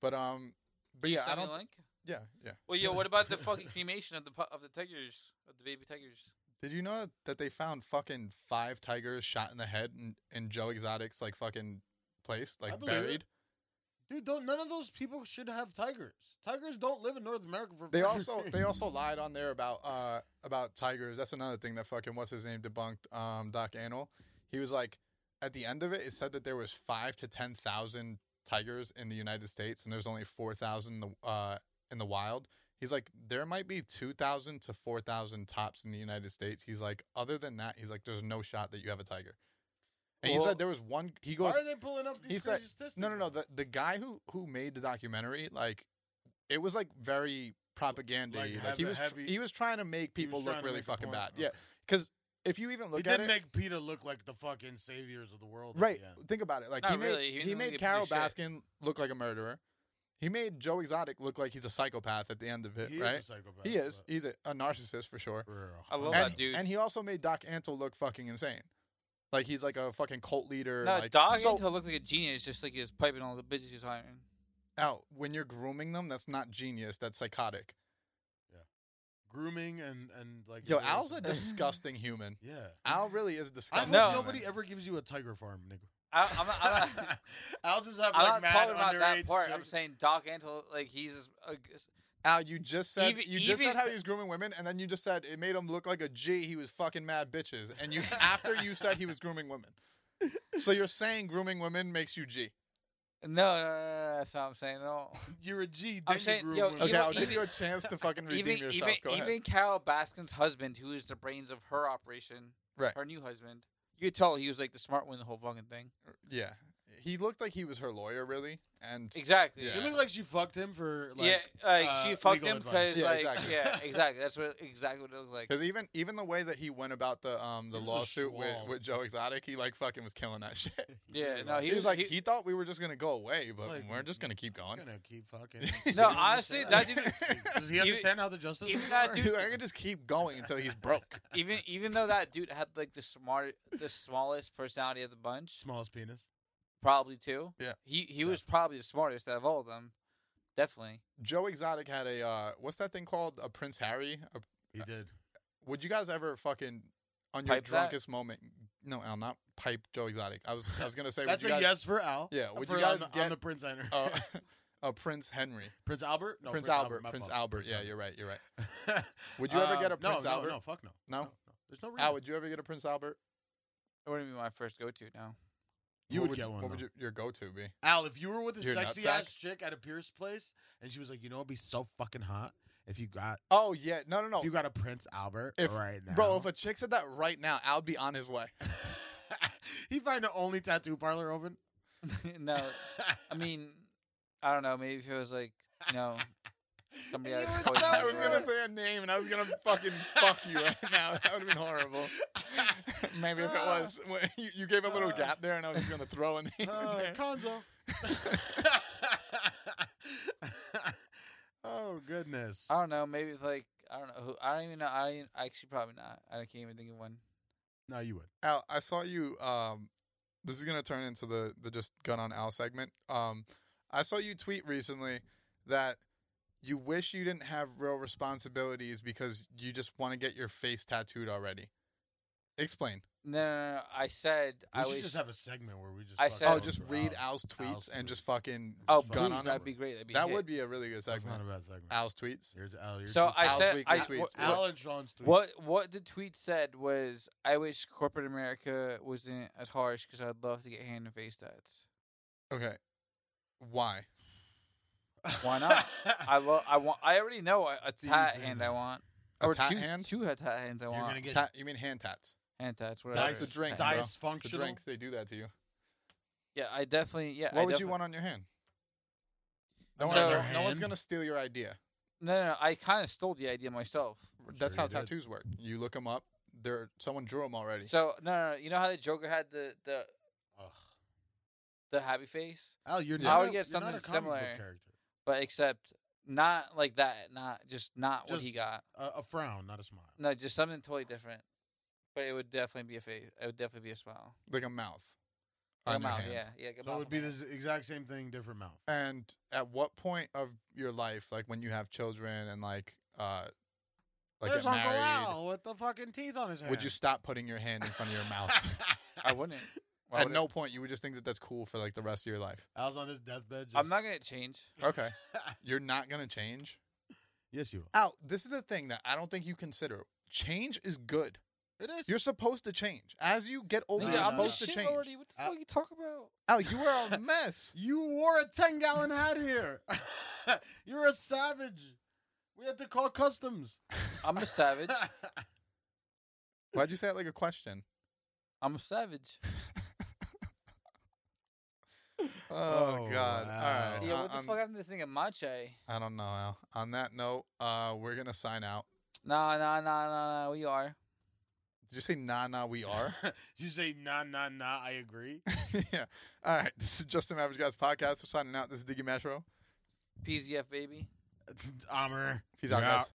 but um, but you yeah, I send me don't. a link? Yeah, yeah. Well, yo, what about the fucking cremation of the pu- of the tigers of the baby tigers? Did you know that they found fucking five tigers shot in the head in, in Joe Exotic's like fucking place, I like believe it. buried? Dude, don't, none of those people should have tigers. Tigers don't live in North America for They also they also lied on there about uh about tigers. That's another thing that fucking what's his name debunked. Um, Doc Antle. He was like, at the end of it, it said that there was five to ten thousand tigers in the United States, and there's only four thousand uh in the wild. He's like, there might be two thousand to four thousand tops in the United States. He's like, other than that, he's like, there's no shot that you have a tiger. And he Well- said there was one. He Why goes, are they pulling up these he's crazy like- statistics? no, no, no. The the guy who who made the documentary, like, it was like very propagandy. Like, Like, have he a was tr- heavy- he was trying to make He was people trying look to really make a fucking point. bad. Okay. Yeah, because if you even he look did at it, make Peter look like the fucking saviors of the world. at right? the end. Think about it. Like Not he made really, he, he didn't made get Carol shit. Baskin look like a murderer. He made Joe Exotic look like he's a psychopath at the end of it, He is a right? psychopath, he is. but- He's a, a narcissist for sure. For a I love hundred- And, that dude. and he also made Doc Antle look fucking insane. Like he's like a fucking cult leader. No, like, dog so, until looked like a genius, just like he was piping all the bitches he was hiring. out when you're grooming them, that's not genius. That's psychotic. Grooming and and like Yo, his little- Al's a disgusting human. yeah. Al really is I disgusting. hope No. nobody ever gives you a tiger farm, nigga. I, I'm not, I'm not, I'll just have I'm like not mad talking about underage that part. I'm chick- saying Doc Antle, like he's just a g- s- Al, you just said Even- you just even- said how he was grooming women, and then you just said it made him look like a G. He was fucking mad bitches, and you after you said he was grooming women. So you're saying grooming women makes you G? no, no, no, no, no, that's not what I'm saying at all. You're a G. I'm Then you saying- grew yo, women. Okay, Even- I'll give even- you a chance to fucking redeem even yourself. even Go ahead. even Carol Baskin's husband, who is the brains of her operation, Right. Her new husband, you could tell he was like the smart one in the whole fucking thing. Yeah, he looked like he was her lawyer, really, and Exactly. Yeah. You look like she fucked him for like. yeah, like uh, she fucked legal him advice. because, Yeah, like, exactly. yeah, exactly. That's what exactly what it looked like. because even even the way that he went about the um the He was a lawsuit with, schwab. with Joe Exotic, he like fucking was killing that shit. Yeah, no, He, He was, was- like, he, he- thought we were just gonna go away, but Like, we're just gonna keep going. He's gonna keep fucking. No, honestly, that dude- Does he even- understand how the justice? even system that works? dude- Dude, I could just keep going until he's broke. even even though that dude had like the smart, the smallest personality of the bunch, Smallest penis. probably too. Yeah. he he was probably the smartest out of all of them, definitely. Joe Exotic had a uh, what's that thing called? A Prince Harry. A, He did. would you guys ever fucking on your Pipe that? drunkest moment? No, Al, not pipe Joe Exotic. I was I was gonna say That's a would you guys, yes for Al. Yeah, would For you guys on the, on get- the Prince Henry? Uh, a Prince Henry, Prince Albert? No, Prince, Albert, my Prince fault. Albert. Yeah, you're right. You're right. Would you Uh, ever get a no, Prince no, Albert? No, fuck no. No? There's no reason. Al, would you ever get a Prince Albert? It wouldn't be my first go to now. you What would get What one. though. would your, your go-to be? Al, if you were with a Your sexy nutsack? ass chick at a Pierce place, and she was like, you know, it'd be so fucking hot if you got Oh yeah, no, no, if you no, got a Prince Albert If- right now, bro. If a chick said that right now, I'd be on his way. he find the only tattoo parlor open. no, I mean, I don't know. Maybe if it was like you know, somebody You had would poison sound I was ivy. gonna say a name, and I was gonna fucking fuck you right now. That would have been horrible. Maybe if it was, when- you, you gave a little gap there, and I was gonna throw a name. in Uh, there. Conzo. oh goodness. I don't know. Maybe it's like I don't know. Who, I don't even know. I don't- actually probably not. I can't even think of one. No, you would. Al, I saw you. Um, this is gonna turn into the the just gun on Al segment. Um, I saw you tweet recently that you wish you didn't have real responsibilities because you just want to get your face tattooed already. Explain. No, no, no, no. I said We I should wish. just have a segment where we just. I fucking said- Oh, go just through read Al. Al's tweets and tweets. just fucking oh, just gun please, on that'd him. be great. That'd be That hit. would be a really good That's not segment. a bad segment. Al's tweets. Here's Al. your So tweets. I Al's said weekly I, tweets. What, Al and Sean's tweets. what what the tweet said was I wish corporate America wasn't as harsh because I'd love to get hand and face tats. Okay. Why? Why not? I love. I want. I already know a, a Do you tat really? hand. I want. A or tat two, hand? Two hat tat hands. I You're want. gonna get Tat, you mean hand tats? hand tats. Whatever. That's the drinks, bro. It's The dysfunctional. drinks they do that to you. Yeah, I definitely. Yeah. What I would you defi- want on your hand? No, On one's- their no one's hand? gonna steal your idea. No, no, no. I kind of stole the idea myself. That's Sure how you did. tattoos work. You look them up. There, someone drew them already. So no, no, no. You know how the Joker had the the Ugh. the happy face, Al, you're I not would a- get you're not something a comic book similar. character. but except not like that. Not just not what he Just- got. A- a frown, not a smile. No, just something totally different. But it would definitely be a face. It would definitely be a smile. like a mouth. Like a on your mouth, hand. yeah, yeah. like a So it mouth would be on my the hand. s- exact same thing, different mouth. And at what point of your life, like when you have children and like, uh, like There's get Uncle married, Al with the fucking teeth on his hand. Would you stop putting your hand in front of your mouth? I wouldn't. Why At would I? no point you would just think that that's cool for like the rest of your life. I was on his deathbed. Just, I'm not gonna change. Okay. You're not gonna change. Yes, you. Out. This is the thing that I don't think you consider. Change is good. It is. You're supposed to change. As you get older, Nigga, you're I'm I'm supposed the to shit change. already. What the Uh, fuck you talking about? Al, you are a mess. You wore a ten gallon hat here. You're a savage. We had to call customs. I'm a savage. Why'd you say it like a question? I'm a savage. Oh, Oh, God. wow. All right. Yeah, what I- the I'm- fuck happened to this thing at Mache? I don't know, Al. On that note, uh, we're gonna sign out. Nah, nah, nah, nah, nah. We are. Did you say nah nah we are? you say nah, nah, nah. I agree. yeah. All right. This is Justin Average Guys Podcast. We're signing out. This is Diggy Metro. PZF baby. Armor. Peace out, Yeah. guys.